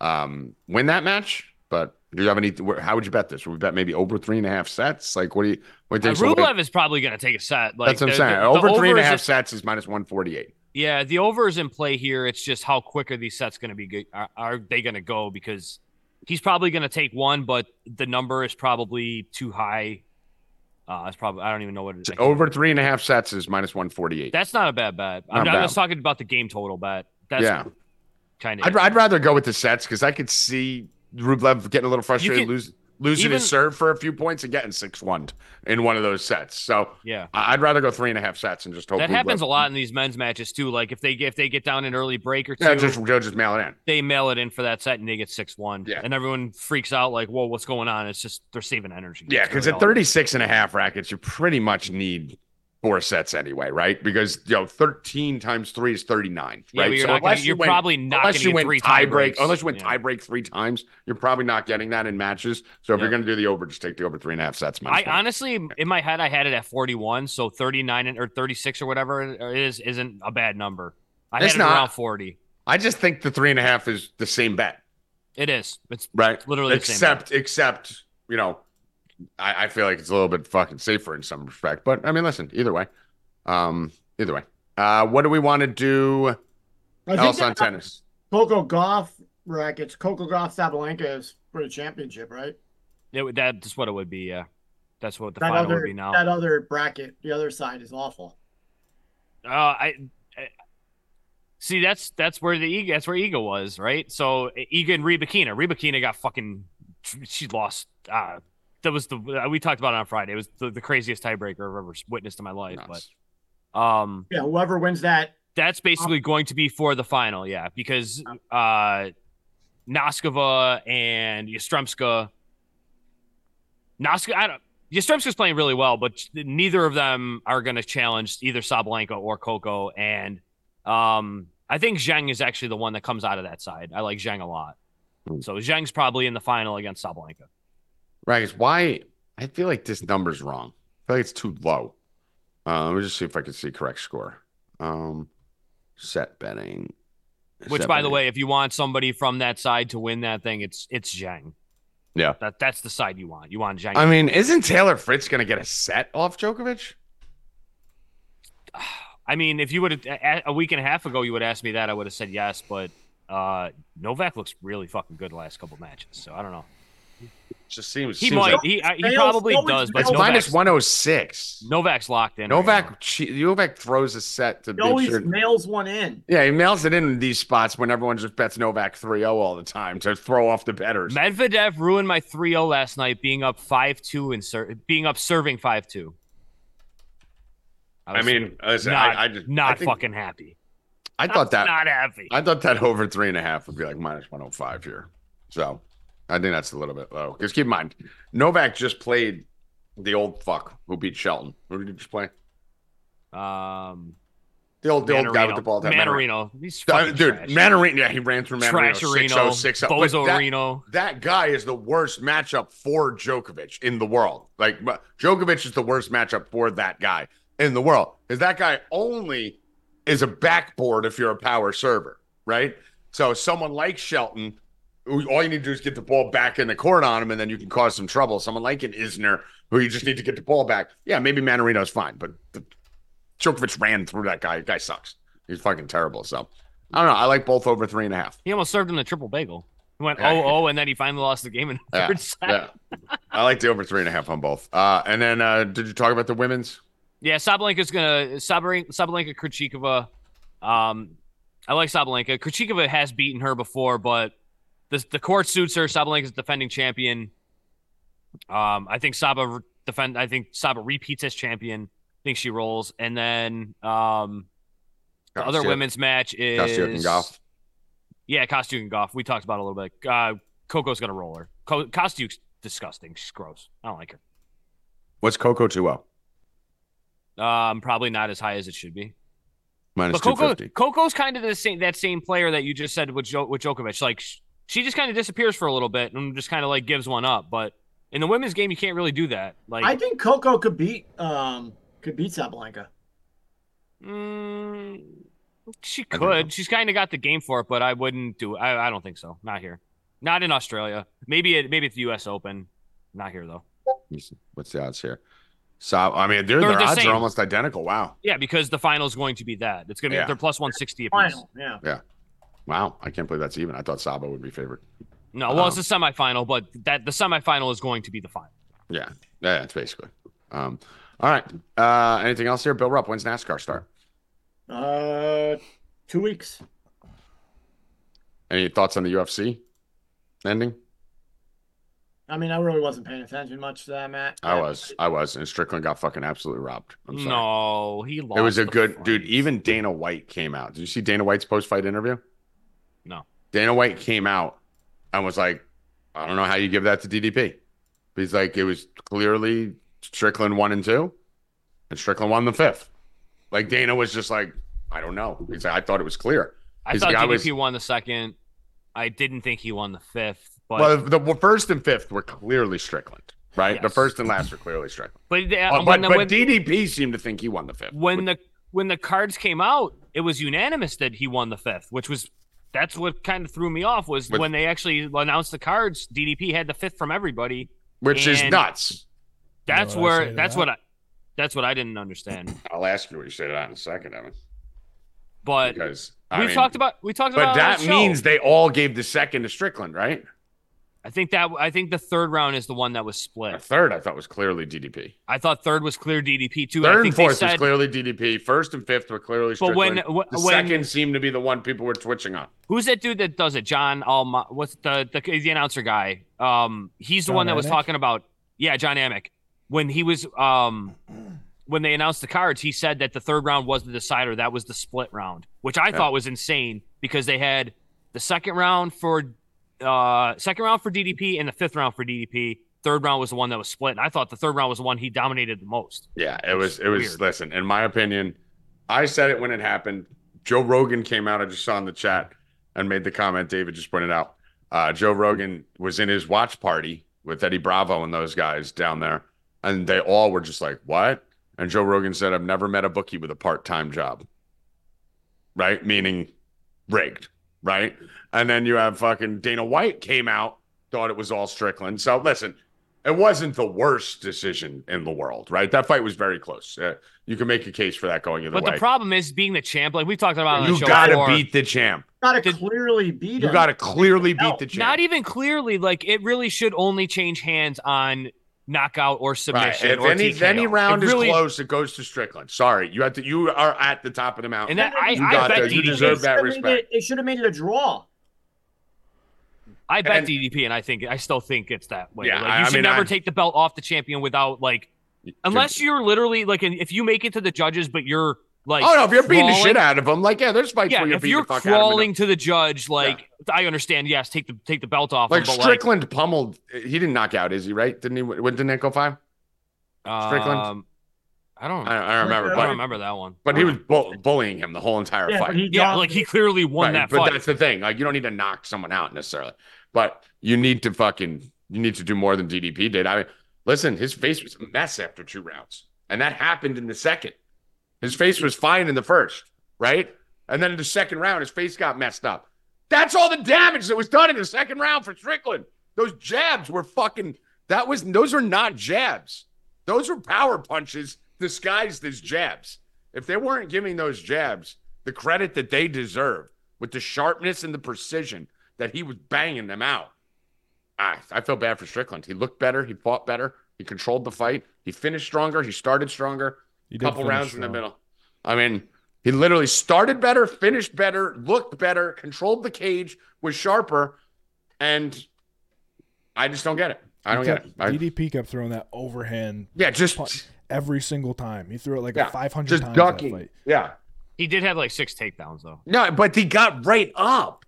Speaker 2: um, win that match. But do you have any? wh- How would you bet this? Would we bet maybe over three and a half sets? Like, what do you? What do
Speaker 4: Uh,
Speaker 2: you think?
Speaker 4: Rublev is probably going to take a set. Like
Speaker 2: That's what I'm
Speaker 4: the-
Speaker 2: saying.
Speaker 4: the- the
Speaker 2: over three and a
Speaker 4: is
Speaker 2: half
Speaker 4: in-
Speaker 2: sets is minus one forty eight.
Speaker 4: yeah, the over is in play here. It's just how quick are these sets going to be? Good? Are, are they going to go? Because he's probably going to take one, but the number is probably too high. Uh, it's probably I don't even know what it is.
Speaker 2: Over three and a half sets is minus one forty eight.
Speaker 4: That's not a bad bet.
Speaker 2: Not
Speaker 4: I'm not,
Speaker 2: bad.
Speaker 4: I was talking about the game total bet. That's
Speaker 2: Yeah,
Speaker 4: kind of
Speaker 2: I'd, I'd rather go with the sets because I could see Rublev getting a little frustrated,
Speaker 4: can-
Speaker 2: lose, losing
Speaker 4: even-
Speaker 2: his serve for a few points and getting six one in one of those sets. So
Speaker 4: yeah.
Speaker 2: I- I'd rather go three and a half sets and just hope
Speaker 4: That
Speaker 2: Rublev-
Speaker 4: happens a lot in these men's matches too. Like if they get- if they get down an early break or two,
Speaker 2: Yeah, just just mail it in.
Speaker 4: they mail it in for that set and they get six one.
Speaker 2: Yeah.
Speaker 4: And everyone freaks out like, "Whoa, what's going on?" It's just they're saving energy.
Speaker 2: Yeah,
Speaker 4: That's
Speaker 2: because
Speaker 4: really
Speaker 2: at
Speaker 4: all it
Speaker 2: 36 and a half rackets, you pretty much need four sets anyway, right? Because you know, 13 times three is 39,
Speaker 4: is. Yeah,
Speaker 2: right?
Speaker 4: but you're,
Speaker 2: So
Speaker 4: not gonna,
Speaker 2: unless you
Speaker 4: you're
Speaker 2: win-
Speaker 4: probably not going
Speaker 2: unless
Speaker 4: to
Speaker 2: you
Speaker 4: get
Speaker 2: win
Speaker 4: three
Speaker 2: tie
Speaker 4: tie
Speaker 2: break,
Speaker 4: breaks.
Speaker 2: unless you win
Speaker 4: Yeah.
Speaker 2: tie break three times, you're probably not getting that in matches. So if
Speaker 4: Yeah.
Speaker 2: you're going to do the over, just take the over three and a half sets.
Speaker 4: I
Speaker 2: minus one.
Speaker 4: honestly, in my head, I had it at 41, so 39 and- or 36 or whatever it is isn't a bad number. I
Speaker 2: It's
Speaker 4: had it
Speaker 2: not.
Speaker 4: around 40.
Speaker 2: I just think the three and a half is the same bet,
Speaker 4: It is. It's
Speaker 2: right?
Speaker 4: literally the same.
Speaker 2: except, except you know, I, I feel like it's a little bit fucking safer in some respect. But I mean, listen, either way, um, either way, uh, what do we want to do
Speaker 3: I think
Speaker 2: else on
Speaker 3: that
Speaker 2: tennis?
Speaker 3: Coco Golf rackets. Coco Golf Sabalenka is for the championship, right?
Speaker 4: It would- that's what it would be. Yeah, that's what the
Speaker 3: that
Speaker 4: final
Speaker 3: other
Speaker 4: would be now.
Speaker 3: that other bracket, the other side is awful.
Speaker 4: Uh, I, I see. That's that's where the Iga, that's where Iga was, right? So Iga and Rebekina. Rebekina got fucking. She lost. Uh, that was the we talked about it on Friday. It was the, the craziest tiebreaker I've ever witnessed in my life.
Speaker 2: Nuts.
Speaker 4: But Um,
Speaker 3: Yeah, whoever wins that.
Speaker 4: that's basically going to be for the final, yeah, because uh, Noskova and Yastremska. Noska, I don't. Yastremska's playing really well, but neither of them are going to challenge either Sabalenka or Coco. And um, I think Zheng is actually the one that comes out of that side. I like Zheng a lot.
Speaker 2: Hmm.
Speaker 4: So Zheng's probably in the final against Sabalenka.
Speaker 2: Right. It's why I feel like this number's wrong. I feel like it's too low. Uh, let me just see if I can see correct score. Um, set betting.
Speaker 4: Which,
Speaker 2: Set
Speaker 4: by the
Speaker 2: betting.
Speaker 4: way, if you want somebody from that side to win that thing, it's it's Zhang.
Speaker 2: Yeah.
Speaker 4: That that's the side you want. You want Zhang.
Speaker 2: I mean, isn't Taylor Fritz going to get a set off Djokovic?
Speaker 4: I mean, if you would have a a week and a half ago, you would ask me that, I would have said yes. But uh, Novak looks really fucking good the last couple matches, so I don't know.
Speaker 2: Just seems
Speaker 4: He
Speaker 2: seems
Speaker 4: might.
Speaker 2: like-
Speaker 4: he I, he
Speaker 3: Sales-
Speaker 4: probably
Speaker 3: so is
Speaker 4: does, but
Speaker 2: it's
Speaker 3: Novak.
Speaker 2: minus
Speaker 4: Novak's,
Speaker 2: one oh six.
Speaker 4: Novak's locked in. right now.
Speaker 2: Novak che- Novak throws a set to
Speaker 3: He
Speaker 2: make
Speaker 3: always
Speaker 2: sure.
Speaker 3: nails one in.
Speaker 2: Yeah, he mails it in these spots when everyone just bets Novak 3 0 all the time to throw off the betters.
Speaker 4: Medvedev ruined my 3-0 last night, being up five two and ser- being up serving five two.
Speaker 2: I mean, listen,
Speaker 4: not,
Speaker 2: I, I just
Speaker 4: not
Speaker 2: I think-
Speaker 4: fucking happy.
Speaker 2: I thought that
Speaker 4: not happy.
Speaker 2: I thought that over three and a half would be like minus 105 here. So I think that's a little bit low. Because keep in mind, Novak just played the old fuck who beat Shelton. Who did he just play?
Speaker 4: Um,
Speaker 2: The old, the old guy with
Speaker 4: Manarino.
Speaker 2: the ball.
Speaker 4: Manarino. He's
Speaker 2: Uh,
Speaker 4: fucking
Speaker 2: dude,
Speaker 4: trash.
Speaker 2: Manarino. Yeah, he ran through Manarino.
Speaker 4: Trash
Speaker 2: 6
Speaker 4: Areno,
Speaker 2: 0, 6 0. oh, But
Speaker 4: Bozo
Speaker 2: that-
Speaker 4: Areno.
Speaker 2: that guy is the worst matchup for Djokovic in the world. Like m- Djokovic is the worst matchup for that guy in the world because that guy only is a backboard if you're a power server, right? So someone like Shelton, who all you need to do is get the ball back in the court on him, and then you can cause some trouble. Someone like an Isner, who you just need to get the ball back. Yeah, maybe Manarino's fine, but the, Djokovic ran through that guy. That guy sucks. He's fucking terrible. So I don't know. I like both over three and a half.
Speaker 4: He almost served him the triple bagel. He went
Speaker 2: Yeah.
Speaker 4: oh oh, and then he finally lost the game in the
Speaker 2: Yeah,
Speaker 4: third set. Yeah.
Speaker 2: yeah. I like the over three and a half on both. Uh, and then uh, did you talk about the women's?
Speaker 4: Sabalenka's gonna Sabalenka, Sabalenka Krejcikova. Um, I like Sabalenka. Krejcikova has beaten her before, but the the court suits her. Sabalenka's defending champion. Um, I think Saba re- defend. I think Saba repeats as champion. I think she rolls, and then um, the other
Speaker 2: Kostyuk-
Speaker 4: women's match is
Speaker 2: Kostyuk and golf.
Speaker 4: Yeah, Kostyuk and Goff. We talked about it a little bit. Uh, Coco's gonna roll her. Co- Kostyuk's disgusting. She's gross. I don't like her.
Speaker 2: What's Coco 2 0?
Speaker 4: Um, probably not as high as it should be.
Speaker 2: Minus
Speaker 4: but Coco,
Speaker 2: 250.
Speaker 4: Coco's kind of the same that same player that you just said with jo- with Djokovic. Like sh- she just kind of disappears for a little bit and just kind of like gives one up. But in the women's game, you can't really do that. Like
Speaker 3: I think Coco could beat um could beat Sabalenka.
Speaker 4: mm, she
Speaker 2: I think
Speaker 4: could. She's kind of got the game for it, but I wouldn't do. it. I I don't think so. Not here. Not in Australia. Maybe it, maybe at the U.S. Open. Not here though.
Speaker 2: What's the odds here? So, I mean, dude,
Speaker 4: They're
Speaker 2: their
Speaker 4: the
Speaker 2: odds
Speaker 4: same.
Speaker 2: are almost identical. Wow.
Speaker 4: Yeah, because the final's going to be that. It's going to be
Speaker 2: Yeah.
Speaker 4: they're plus 160 apiece.
Speaker 3: Final, yeah.
Speaker 2: Wow. I can't believe that's even. I thought Saba would be favored.
Speaker 4: No, well,
Speaker 2: Oh.
Speaker 4: it's a semifinal, but that the semifinal is going to be the final.
Speaker 2: Yeah. Yeah, that's basically. Um, all right. Uh, anything else here? Bill Rupp, when's NASCAR start?
Speaker 3: Uh, two weeks.
Speaker 2: Any thoughts on the UFC ending?
Speaker 3: I mean, I really wasn't paying attention much to that, Matt.
Speaker 2: I was. I was. And Strickland got fucking absolutely robbed. I'm sorry.
Speaker 4: No, he lost.
Speaker 2: It was a
Speaker 4: the
Speaker 2: good
Speaker 4: fight.
Speaker 2: dude. Even Dana White came out. Did you see Dana White's post fight interview?
Speaker 4: No.
Speaker 2: Dana White came out and was like, I don't know how you give that to DDP. But he's like, it was clearly Strickland one and two, and Strickland won the fifth. Like Dana was just like, I don't know. He's like, I thought it was clear.
Speaker 4: I
Speaker 2: his
Speaker 4: thought
Speaker 2: guy
Speaker 4: DDP
Speaker 2: was-
Speaker 4: won the second. I didn't think he won the fifth, but
Speaker 2: well, the the first and fifth were clearly Strickland, right? The
Speaker 4: Yes.
Speaker 2: first and last were clearly Strickland.
Speaker 4: but, the-
Speaker 2: Uh,
Speaker 4: when,
Speaker 2: but
Speaker 4: the,
Speaker 2: but
Speaker 4: when,
Speaker 2: DDP seemed to think he won the fifth.
Speaker 4: when
Speaker 2: which-
Speaker 4: the when the cards came out, it was unanimous that he won the fifth, which was that's what kind of threw me off was
Speaker 2: But-
Speaker 4: when they actually announced the cards. DDP had the fifth from everybody.
Speaker 2: which is
Speaker 4: and-
Speaker 2: nuts.
Speaker 1: what I
Speaker 4: That's
Speaker 1: say
Speaker 4: where
Speaker 1: to
Speaker 4: that's
Speaker 1: that?
Speaker 4: what I that's what I didn't understand.
Speaker 2: I'll ask you what you said on in a second, Evan.
Speaker 4: But
Speaker 2: Because I
Speaker 4: we
Speaker 2: mean-
Speaker 4: talked about we talked about
Speaker 2: But
Speaker 4: it on
Speaker 2: that
Speaker 4: the show.
Speaker 2: means they all gave the second to Strickland, right?
Speaker 4: I think that I think the third round is the one that was
Speaker 2: The
Speaker 4: split.
Speaker 2: third, I thought was clearly DDP.
Speaker 4: I thought third was clear DDP too. I
Speaker 2: Third
Speaker 4: think
Speaker 2: and fourth
Speaker 4: they
Speaker 2: was
Speaker 4: said,
Speaker 2: clearly DDP. First and fifth were clearly
Speaker 4: but when
Speaker 2: Strickland.
Speaker 4: when,
Speaker 2: the
Speaker 4: when
Speaker 2: second seemed to be the one people were twitching on.
Speaker 4: who's that dude that does it? John Alma, what's the the, the announcer guy? Um, he's the
Speaker 1: John
Speaker 4: one that was
Speaker 1: Anik?
Speaker 4: talking about yeah, John Amick. When he was um when they announced the cards, he said that the third round was the decider. That was the split round, which I
Speaker 2: Yeah.
Speaker 4: thought was insane because they had the second round for uh second round for DDP and the fifth round for DDP. Third round was the one that was split. And I thought the third round was the one he dominated the most.
Speaker 2: Yeah, it was. It was.
Speaker 4: Weird.
Speaker 2: Listen, in my opinion, I said it when it happened. Joe Rogan came out. I just saw in the chat and made the comment. David just pointed out. Uh, Joe Rogan was in his watch party with Eddie Bravo and those guys down there, and they all were just like, "What?" And Joe Rogan said, "I've never met a bookie with a part-time job." Right, meaning rigged. Right, and then you have fucking Dana White came out, thought it was all Strickland. So listen, it wasn't the worst decision in the world, right? That fight was very close. Uh, you can make a case for that going either
Speaker 4: But
Speaker 2: way.
Speaker 4: the problem is being the champ, like we talked about on the
Speaker 2: you
Speaker 4: show
Speaker 2: got to
Speaker 4: before,
Speaker 2: beat the champ.
Speaker 3: Got to
Speaker 4: Did-
Speaker 3: clearly beat
Speaker 2: You
Speaker 3: him.
Speaker 2: got to clearly
Speaker 3: No,
Speaker 2: beat the champ.
Speaker 4: not even clearly, like it really should only change hands on knockout or
Speaker 2: Right.
Speaker 4: submission
Speaker 2: If
Speaker 4: or
Speaker 2: any,
Speaker 4: TKO.
Speaker 2: any
Speaker 4: It
Speaker 2: round
Speaker 4: really-
Speaker 2: is close, it goes to Strickland. Sorry, you have to. You are at the top of the mountain.
Speaker 4: And that I,
Speaker 3: You
Speaker 4: I
Speaker 2: got
Speaker 4: bet
Speaker 2: there.
Speaker 4: DDP
Speaker 2: You deserve that
Speaker 3: They should've made
Speaker 2: respect.
Speaker 3: It, they should have made it a draw.
Speaker 4: I bet
Speaker 2: And-
Speaker 4: DDP, and I think I still think it's that way.
Speaker 2: Yeah,
Speaker 4: like,
Speaker 2: I-
Speaker 4: you
Speaker 2: I
Speaker 4: should
Speaker 2: mean,
Speaker 4: never
Speaker 2: I-
Speaker 4: take the belt off the champion without like, unless you're literally like, and if you make it to the judges, but you're like,
Speaker 2: oh no, if you're beating the
Speaker 4: crawling-
Speaker 2: shit out of him, like yeah, there's fights
Speaker 4: yeah,
Speaker 2: where you
Speaker 4: if
Speaker 2: beat
Speaker 4: you're
Speaker 2: the fuck
Speaker 4: crawling
Speaker 2: out
Speaker 4: to the judge, like I understand, yes, take the take the belt off,
Speaker 2: of him. Like
Speaker 4: him, but
Speaker 2: Strickland pummeled. He didn't knock out, is he? Right? Didn't he? When didn't that go five?
Speaker 4: like,
Speaker 2: Strickland?
Speaker 4: um, I don't,
Speaker 2: I don't, I don't remember,
Speaker 4: I
Speaker 3: Yeah.
Speaker 4: don't
Speaker 2: but
Speaker 4: remember that one.
Speaker 2: but he was bull- bullying him the whole entire
Speaker 3: Yeah,
Speaker 2: fight.
Speaker 3: but he
Speaker 4: yeah,
Speaker 3: dominated.
Speaker 4: like he clearly won
Speaker 2: Right,
Speaker 4: that
Speaker 2: but
Speaker 4: fight.
Speaker 2: that's the thing. Like, you don't need to knock someone out necessarily, but you need to fucking you need to do more than DDP did. I mean, listen, his face was a mess after two rounds, and that happened in the second. His face was fine in the first, right? And then in the second round, his face got messed up. That's all the damage that was done in the second round for Strickland. Those jabs were fucking. That was those are not jabs. Those were power punches disguised as jabs. If they weren't giving those jabs the credit that they deserve with the sharpness and the precision that he was banging them out, I, I feel bad for Strickland. He looked better. He fought better. He controlled the fight. He finished stronger. He started stronger.
Speaker 1: He
Speaker 2: A
Speaker 1: did
Speaker 2: couple
Speaker 1: finish
Speaker 2: rounds in the
Speaker 1: strong.
Speaker 2: middle. I mean, he literally started better, finished better, looked better, controlled the cage, was sharper, and I just don't get it. I
Speaker 1: He
Speaker 2: don't
Speaker 1: kept,
Speaker 2: get it. I-
Speaker 1: DDP kept throwing that overhand
Speaker 2: yeah, just
Speaker 1: punch every single time. He threw it like
Speaker 2: Yeah,
Speaker 1: a 500
Speaker 2: just
Speaker 1: times
Speaker 2: ducking.
Speaker 1: that fight.
Speaker 2: yeah.
Speaker 4: he did have like six takedowns though.
Speaker 2: No, but he got right up.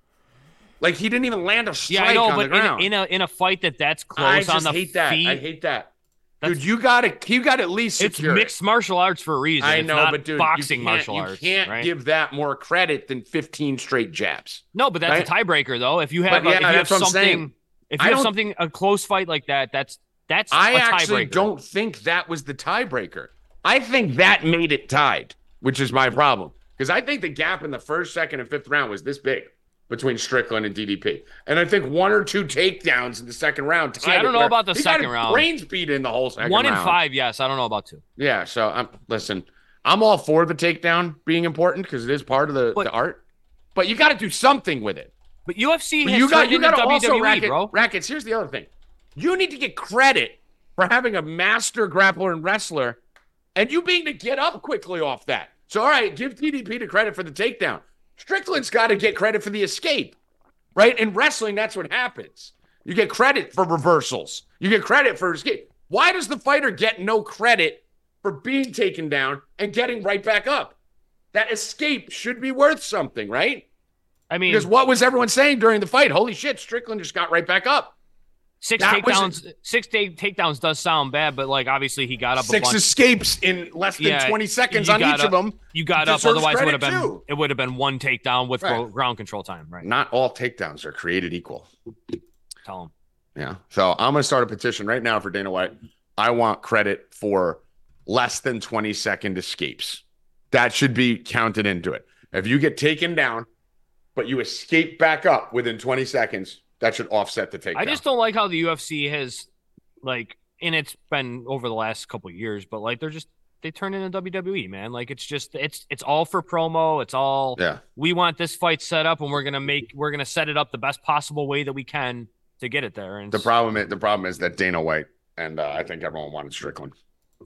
Speaker 2: Like he didn't even land a strike
Speaker 4: Yeah, I know,
Speaker 2: on
Speaker 4: but
Speaker 2: the ground.
Speaker 4: in, in a in a fight that that's close
Speaker 2: I just
Speaker 4: on the
Speaker 2: hate
Speaker 4: feet,
Speaker 2: that. I hate that.
Speaker 4: That's-
Speaker 2: dude, you got to you got at least
Speaker 4: it's
Speaker 2: secure it.
Speaker 4: mixed martial arts for a reason.
Speaker 2: I
Speaker 4: It's
Speaker 2: know,
Speaker 4: not
Speaker 2: but dude,
Speaker 4: boxing
Speaker 2: you can't,
Speaker 4: martial
Speaker 2: you
Speaker 4: arts,
Speaker 2: can't
Speaker 4: right?
Speaker 2: give that more credit than 15 straight jabs.
Speaker 4: No, but that's a tiebreaker though. If you have,
Speaker 2: But
Speaker 4: a-
Speaker 2: yeah,
Speaker 4: if you have
Speaker 2: that's what I'm
Speaker 4: something,
Speaker 2: saying.
Speaker 4: if
Speaker 2: I
Speaker 4: you have
Speaker 2: don't-
Speaker 4: something a close fight like that, that's that's
Speaker 2: I
Speaker 4: a
Speaker 2: actually
Speaker 4: tiebreaker.
Speaker 2: don't think that was the tiebreaker. I think that made it tied, which is my problem. Because I think the gap in the first, second, and fifth round was this big between Strickland and DDP. And I think one or two takedowns in the second round. Tied
Speaker 4: See, I
Speaker 2: it
Speaker 4: don't know
Speaker 2: where-
Speaker 4: about the
Speaker 2: he got
Speaker 4: second
Speaker 2: his
Speaker 4: round.
Speaker 2: Brains beat in the whole second
Speaker 4: One in
Speaker 2: round.
Speaker 4: five, yes. I don't know about two.
Speaker 2: Yeah. So I'm listen. I'm all for the takedown being important because it is part of the,
Speaker 4: But-
Speaker 2: the art. But you got to do something with it.
Speaker 4: But UFC
Speaker 2: But
Speaker 4: has
Speaker 2: you got
Speaker 4: turned
Speaker 2: you
Speaker 4: into
Speaker 2: got to also
Speaker 4: WWE,
Speaker 2: racket,
Speaker 4: E, bro.
Speaker 2: rackets. Here's the other thing: you need to get credit for having a master grappler and wrestler, and you being to get up quickly off that. So all right, give TDP the credit for the takedown. Strickland's got to get credit for the escape, right? In wrestling, that's what happens. You get credit for reversals. You get credit for escape. Why does the fighter get no credit for being taken down and getting right back up? That escape should be worth something, right?
Speaker 4: I mean,
Speaker 2: Because what was everyone saying during the fight? Holy shit, Strickland just got right back up.
Speaker 4: six
Speaker 2: that was-
Speaker 4: takedowns, six day takedowns does sound bad, but like obviously he got up a
Speaker 2: Six
Speaker 4: bunch.
Speaker 2: escapes in less than
Speaker 4: Yeah,
Speaker 2: 20 seconds
Speaker 4: you
Speaker 2: on
Speaker 4: got
Speaker 2: each of
Speaker 4: up-
Speaker 2: them.
Speaker 4: you got up,
Speaker 2: deserves
Speaker 4: otherwise it would
Speaker 2: credit
Speaker 4: have been
Speaker 2: too.
Speaker 4: it would have been one takedown with
Speaker 2: Right.
Speaker 4: gro- ground control time, right?
Speaker 2: Not all takedowns are created equal.
Speaker 4: Tell him.
Speaker 2: Yeah. So I'm going to start a petition right now for Dana White. I want credit for less than 20 second escapes. That should be counted into it. If you get taken down, but you escape back up within 20 seconds, that should offset the takedown.
Speaker 4: I just don't like how the UFC has like and it's been over the last couple of years, but like they're just they turn into WWE, man. Like it's just it's it's all for promo. It's all
Speaker 2: Yeah.
Speaker 4: we want this fight set up and we're gonna make we're gonna set it up the best possible way that we can to get it there. And
Speaker 2: The problem is the problem is that Dana White and uh, I think everyone wanted Strickland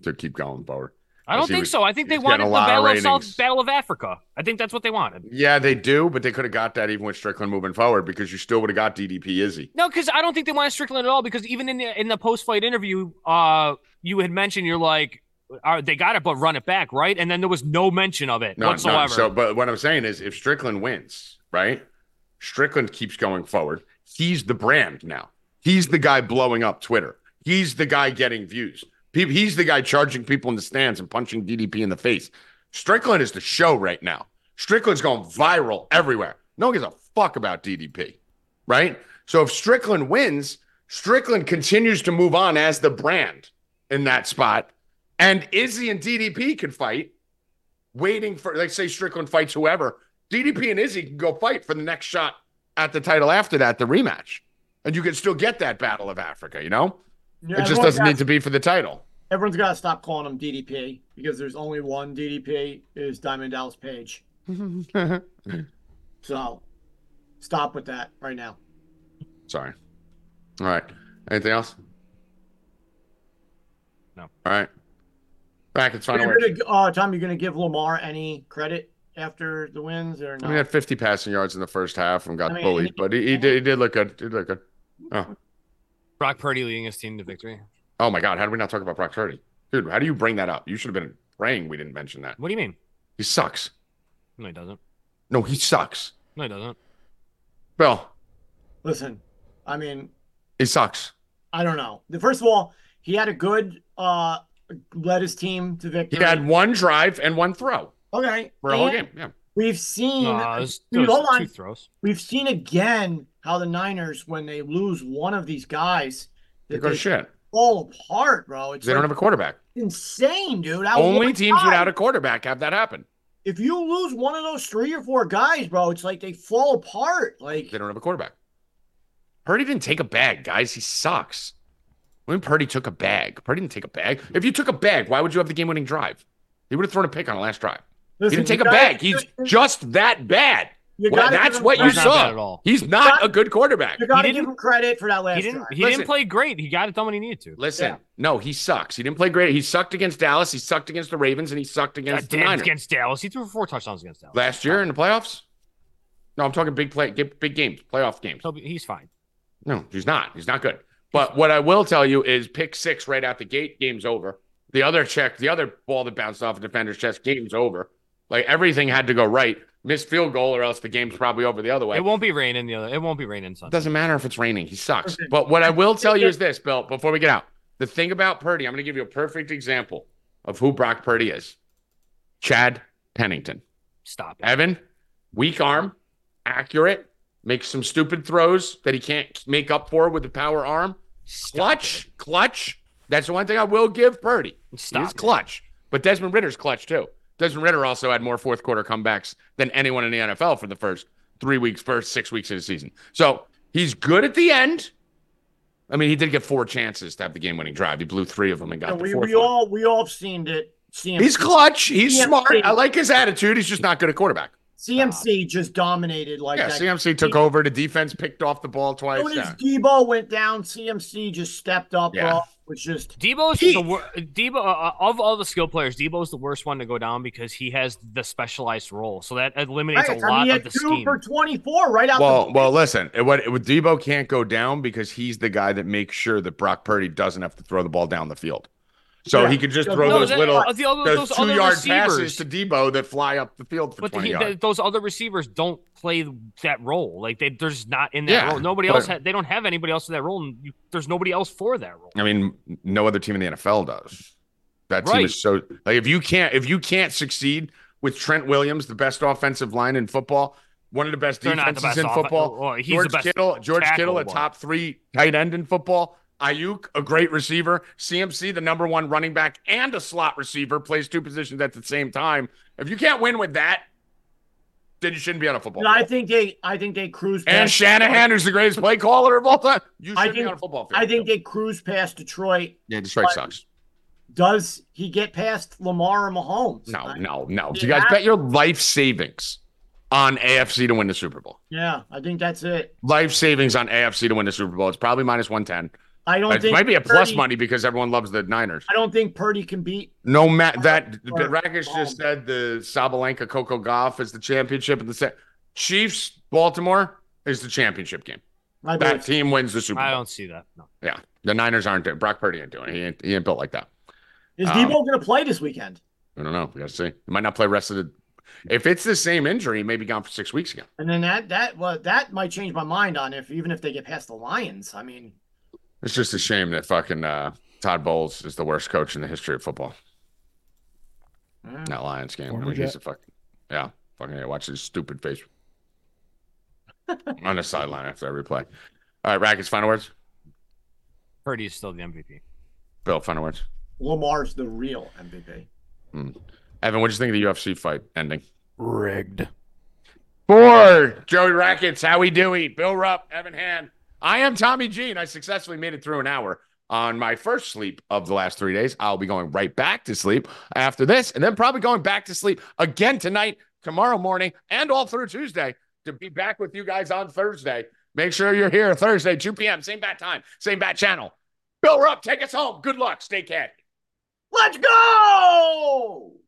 Speaker 2: to keep going forward.
Speaker 4: I don't
Speaker 2: is he
Speaker 4: think
Speaker 2: was-
Speaker 4: so. I think they
Speaker 2: he's getting
Speaker 4: wanted
Speaker 2: a
Speaker 4: the
Speaker 2: lot of
Speaker 4: Battle of, South
Speaker 2: ratings.
Speaker 4: Battle of Africa. I think that's what they wanted.
Speaker 2: Yeah, they do, but they could have got that even with Strickland moving forward because you still would have got DDP Izzy.
Speaker 4: No, because I don't think they wanted Strickland at all. Because even in the in the post fight interview, uh, you had mentioned you're like Or they got it, but run it back, right? And then there was no mention of it
Speaker 2: No,
Speaker 4: whatsoever.
Speaker 2: no. So, but what I'm saying is, if Strickland wins, right? Strickland keeps going forward. He's the brand now. He's the guy blowing up Twitter. He's the guy getting views. Pe- He's the guy charging people in the stands and punching DDP in the face. Strickland is the show right now. Strickland's going viral everywhere. No one gives a fuck about DDP, right? So if Strickland wins, Strickland continues to move on as the brand in that spot. And Izzy and DDP can fight waiting for like say Strickland fights whoever, DDP and Izzy can go fight for the next shot at the title after that, the rematch. And you can still get that battle of Africa, you know?
Speaker 3: Yeah,
Speaker 2: it just
Speaker 3: everyone's
Speaker 2: doesn't
Speaker 3: got-
Speaker 2: need to be for the title.
Speaker 3: Everyone's got to stop calling him DDP because there's only one DDP is Diamond Dallas Page. So stop with that right now.
Speaker 2: Sorry. All right. Anything else?
Speaker 4: No.
Speaker 2: All right. Back it's final
Speaker 3: You're
Speaker 2: word.
Speaker 3: gonna, uh, Tom, you're going to give Lamar any credit after the wins
Speaker 2: I
Speaker 3: or not?
Speaker 2: mean, he had 50 passing yards in the first half and got
Speaker 3: I mean,
Speaker 2: bullied, but he, he did he did look good. He did look good.
Speaker 4: Brock Purdy leading his team to victory.
Speaker 2: Oh my god, how did we not talk about Brock Purdy? Dude, how do you bring that up? You should have been praying we didn't mention that.
Speaker 4: What do you mean?
Speaker 2: He sucks.
Speaker 4: No, he doesn't.
Speaker 2: No, he sucks.
Speaker 4: No, he doesn't.
Speaker 2: Bill,
Speaker 3: Listen, I mean,
Speaker 2: he sucks.
Speaker 3: I don't know. The- First of all, he had a good uh led his team to
Speaker 2: He
Speaker 3: victory.
Speaker 2: had one drive and one throw
Speaker 3: okay.
Speaker 2: for a whole
Speaker 3: and
Speaker 2: game. Yeah.
Speaker 3: We've seen
Speaker 4: No, it was, it
Speaker 3: Dude,
Speaker 4: was
Speaker 3: Mm, hold on.
Speaker 4: two throws.
Speaker 3: we've seen again how the Niners when they lose one of these guys
Speaker 2: They
Speaker 3: that
Speaker 2: go
Speaker 3: they
Speaker 2: to shit.
Speaker 3: fall apart, bro. It's
Speaker 2: They don't
Speaker 3: like
Speaker 2: have a quarterback.
Speaker 3: insane, dude. How
Speaker 2: Only teams without
Speaker 3: a
Speaker 2: a quarterback have that happen.
Speaker 3: if you lose one of those three or four guys, bro, it's like they fall apart. Like
Speaker 2: They don't have a quarterback. Purdy didn't take a bag, guys. He sucks. When Purdy took a bag, Purdy didn't take a bag. If you took a bag, why would you have the game winning drive? He would have thrown a pick on the last drive. He
Speaker 3: listen,
Speaker 2: didn't take
Speaker 3: you
Speaker 2: a
Speaker 3: gotta-
Speaker 2: bag. He's just that bad.
Speaker 3: you
Speaker 2: Well,
Speaker 3: gotta give
Speaker 2: that's
Speaker 3: him
Speaker 2: what you
Speaker 4: He's
Speaker 3: credit.
Speaker 4: not
Speaker 2: saw.
Speaker 4: bad at all.
Speaker 2: He's not a good quarterback.
Speaker 3: You gotta give
Speaker 4: didn't-
Speaker 3: him credit for that last
Speaker 4: He didn't.
Speaker 3: drive.
Speaker 4: He
Speaker 2: Listen.
Speaker 4: didn't play great. He got it done when he needed to.
Speaker 2: Listen,
Speaker 3: Yeah.
Speaker 2: no, he sucks. He didn't play great. He sucked against Dallas. He sucked against the Ravens, and he sucked against the
Speaker 4: Goddamn,
Speaker 2: Niners.
Speaker 4: against Dallas, he threw four touchdowns against Dallas
Speaker 2: last year in the playoffs? No, I'm talking big play, big big games, playoff games.
Speaker 4: So he's fine.
Speaker 2: No, he's not. He's not good. But what I will tell you is, pick six right out the gate, game's over. The other check, the other ball that bounced off a defender's chest, game's over. Like everything had to go right. Missed field goal, or else the game's probably over the other way.
Speaker 4: It won't be raining the other. It won't be raining
Speaker 2: It
Speaker 4: Sunday.
Speaker 2: doesn't matter if it's raining. He sucks.
Speaker 3: Perfect.
Speaker 2: But what I will tell you is this, Bill, before we get out, the thing about Purdy, I'm going to give you a perfect example of who Brock Purdy is Chad Pennington.
Speaker 4: Stop it.
Speaker 2: Evan, weak arm, accurate, makes some stupid throws that he can't make up for with the power arm.
Speaker 4: Stop
Speaker 2: Clutch, clutch. That's the one thing I will give Purdy.
Speaker 4: it.
Speaker 2: He's
Speaker 4: Stop. it.
Speaker 2: clutch. But Desmond Ritter's clutch too. Desmond Ritter also had more fourth quarter comebacks than anyone in the NFL for the first three weeks, first six weeks of the season. So he's good at the end. I mean, he did get four chances to have the game winning drive. He blew three of them and got
Speaker 3: And
Speaker 2: the
Speaker 3: we,
Speaker 2: fourth.
Speaker 3: we
Speaker 2: one.
Speaker 3: all we all seen it. CMC,
Speaker 2: he's clutch. He's
Speaker 3: Yeah,
Speaker 2: smart.
Speaker 3: Brady.
Speaker 2: I like his attitude. He's just not good at quarterback.
Speaker 3: CMC just dominated like
Speaker 2: Yeah,
Speaker 3: that.
Speaker 2: CMC took over. The defense picked off the ball twice.
Speaker 3: Soon as
Speaker 2: Yeah.
Speaker 3: Debo went down, CMC just stepped up,
Speaker 2: Yeah.
Speaker 3: bro. Was just
Speaker 4: Debo's
Speaker 2: He-
Speaker 4: the wor- Debo uh, of all the skill players. Debo's the worst one to go down because he has the specialized role, so that eliminates a
Speaker 3: Right, I mean,
Speaker 4: lot
Speaker 3: he
Speaker 4: of
Speaker 3: had
Speaker 4: the
Speaker 3: two
Speaker 4: scheme.
Speaker 3: for twenty-four right out.
Speaker 2: Well,
Speaker 3: the
Speaker 2: well, listen. It, what it, Debo can't go down because he's the guy that makes sure that Brock Purdy doesn't have to throw the ball down the field. So
Speaker 3: Yeah.
Speaker 2: he could just
Speaker 3: No,
Speaker 2: throw
Speaker 4: No,
Speaker 2: those
Speaker 4: that-
Speaker 2: little
Speaker 4: uh, the other-
Speaker 2: those,
Speaker 4: those
Speaker 2: two
Speaker 4: other
Speaker 2: yard passes
Speaker 4: receivers,
Speaker 2: to Debo that fly up the field for
Speaker 4: but
Speaker 2: twenty
Speaker 4: he,
Speaker 2: yards.
Speaker 4: th- those other receivers don't play that role. Like they, they're just not in that
Speaker 2: Yeah,
Speaker 4: role. Nobody
Speaker 2: but-
Speaker 4: else. Ha- they don't have anybody else in that role, and you, there's nobody else for that role.
Speaker 2: I mean, no other team in the NFL does. That team
Speaker 4: Right.
Speaker 2: is so like if you can't if you can't succeed with Trent Williams, the best offensive line in football, one of the best
Speaker 4: They're not
Speaker 2: defenses
Speaker 4: the best
Speaker 2: in
Speaker 4: offe-
Speaker 2: football.
Speaker 4: well, he's
Speaker 2: George
Speaker 4: the best
Speaker 2: Kittle, George
Speaker 4: tackle,
Speaker 2: Kittle, a
Speaker 4: but-
Speaker 2: top three tight end in football. Ayuk, a great receiver. CMC, the number one running back and a slot receiver, plays two positions at the same time. If you can't win with that, then you shouldn't be on a football.
Speaker 3: And I
Speaker 2: field.
Speaker 3: think they, I think they cruised.
Speaker 2: and
Speaker 3: Past,
Speaker 2: Shanahan, who's the greatest play caller of all time, you should
Speaker 3: I
Speaker 2: be
Speaker 3: think-
Speaker 2: on a football field.
Speaker 3: I think they cruised past Detroit.
Speaker 2: yeah, Detroit sucks.
Speaker 3: Does he get past Lamar or Mahomes?
Speaker 2: No,
Speaker 3: I-
Speaker 2: no, no.
Speaker 3: Yeah.
Speaker 2: You guys bet your life savings on AFC to win the Super Bowl.
Speaker 3: Yeah, I think that's it.
Speaker 2: Life savings on AFC to win the Super Bowl. It's probably minus 110.
Speaker 3: I don't
Speaker 2: It
Speaker 3: think
Speaker 2: might be a plus
Speaker 3: Purdy-
Speaker 2: money because everyone loves the Niners.
Speaker 3: I don't think Purdy can beat.
Speaker 2: No, Matt, that
Speaker 3: Or-
Speaker 2: Rakish just said the Sabalenka Coco Golf is the championship. And the se- Chiefs Baltimore is the championship game.
Speaker 3: I
Speaker 2: That
Speaker 3: believe.
Speaker 2: team wins the Super
Speaker 4: I
Speaker 2: Bowl.
Speaker 4: don't see that. No.
Speaker 2: Yeah. The Niners aren't doing Brock Purdy ain't doing it. He ain't, he ain't built like that.
Speaker 3: Is
Speaker 2: Um,
Speaker 3: Debo going to play this weekend?
Speaker 2: I don't know. We got to see. He might not play rest of the. If it's the same injury, he may be gone for six weeks again.
Speaker 3: And then that that well that might change my mind on if even if they get past the Lions. I mean,
Speaker 2: It's just a shame that fucking uh, Todd Bowles is the worst coach in the history of football.
Speaker 3: eh,
Speaker 2: That Lions game. I
Speaker 1: Former
Speaker 2: mean, he's
Speaker 1: Jet.
Speaker 2: a fucking yeah, fucking yeah. Watch his stupid face on the sideline after every play. All right, Rackets. Final words.
Speaker 4: Purdy is still the MVP.
Speaker 2: Bill. Final words.
Speaker 3: Lamar's the real MVP.
Speaker 2: Evan, what do you think of the UFC fight ending?
Speaker 1: Rigged.
Speaker 2: Four. Joey Rackets. How we doing? Bill Rupp. Evan Hand. I am Tommy G, and I successfully made it through an hour on my first sleep of the last three days. I'll be going right back to sleep after this, and then probably going back to sleep again tonight, tomorrow morning, and all through Tuesday to be back with you guys on Thursday. Make sure you're here Thursday, 2 p.m., same bat time, same bat channel. Bill Rupp, take us home. Good luck. Stay cat.
Speaker 3: Let's go!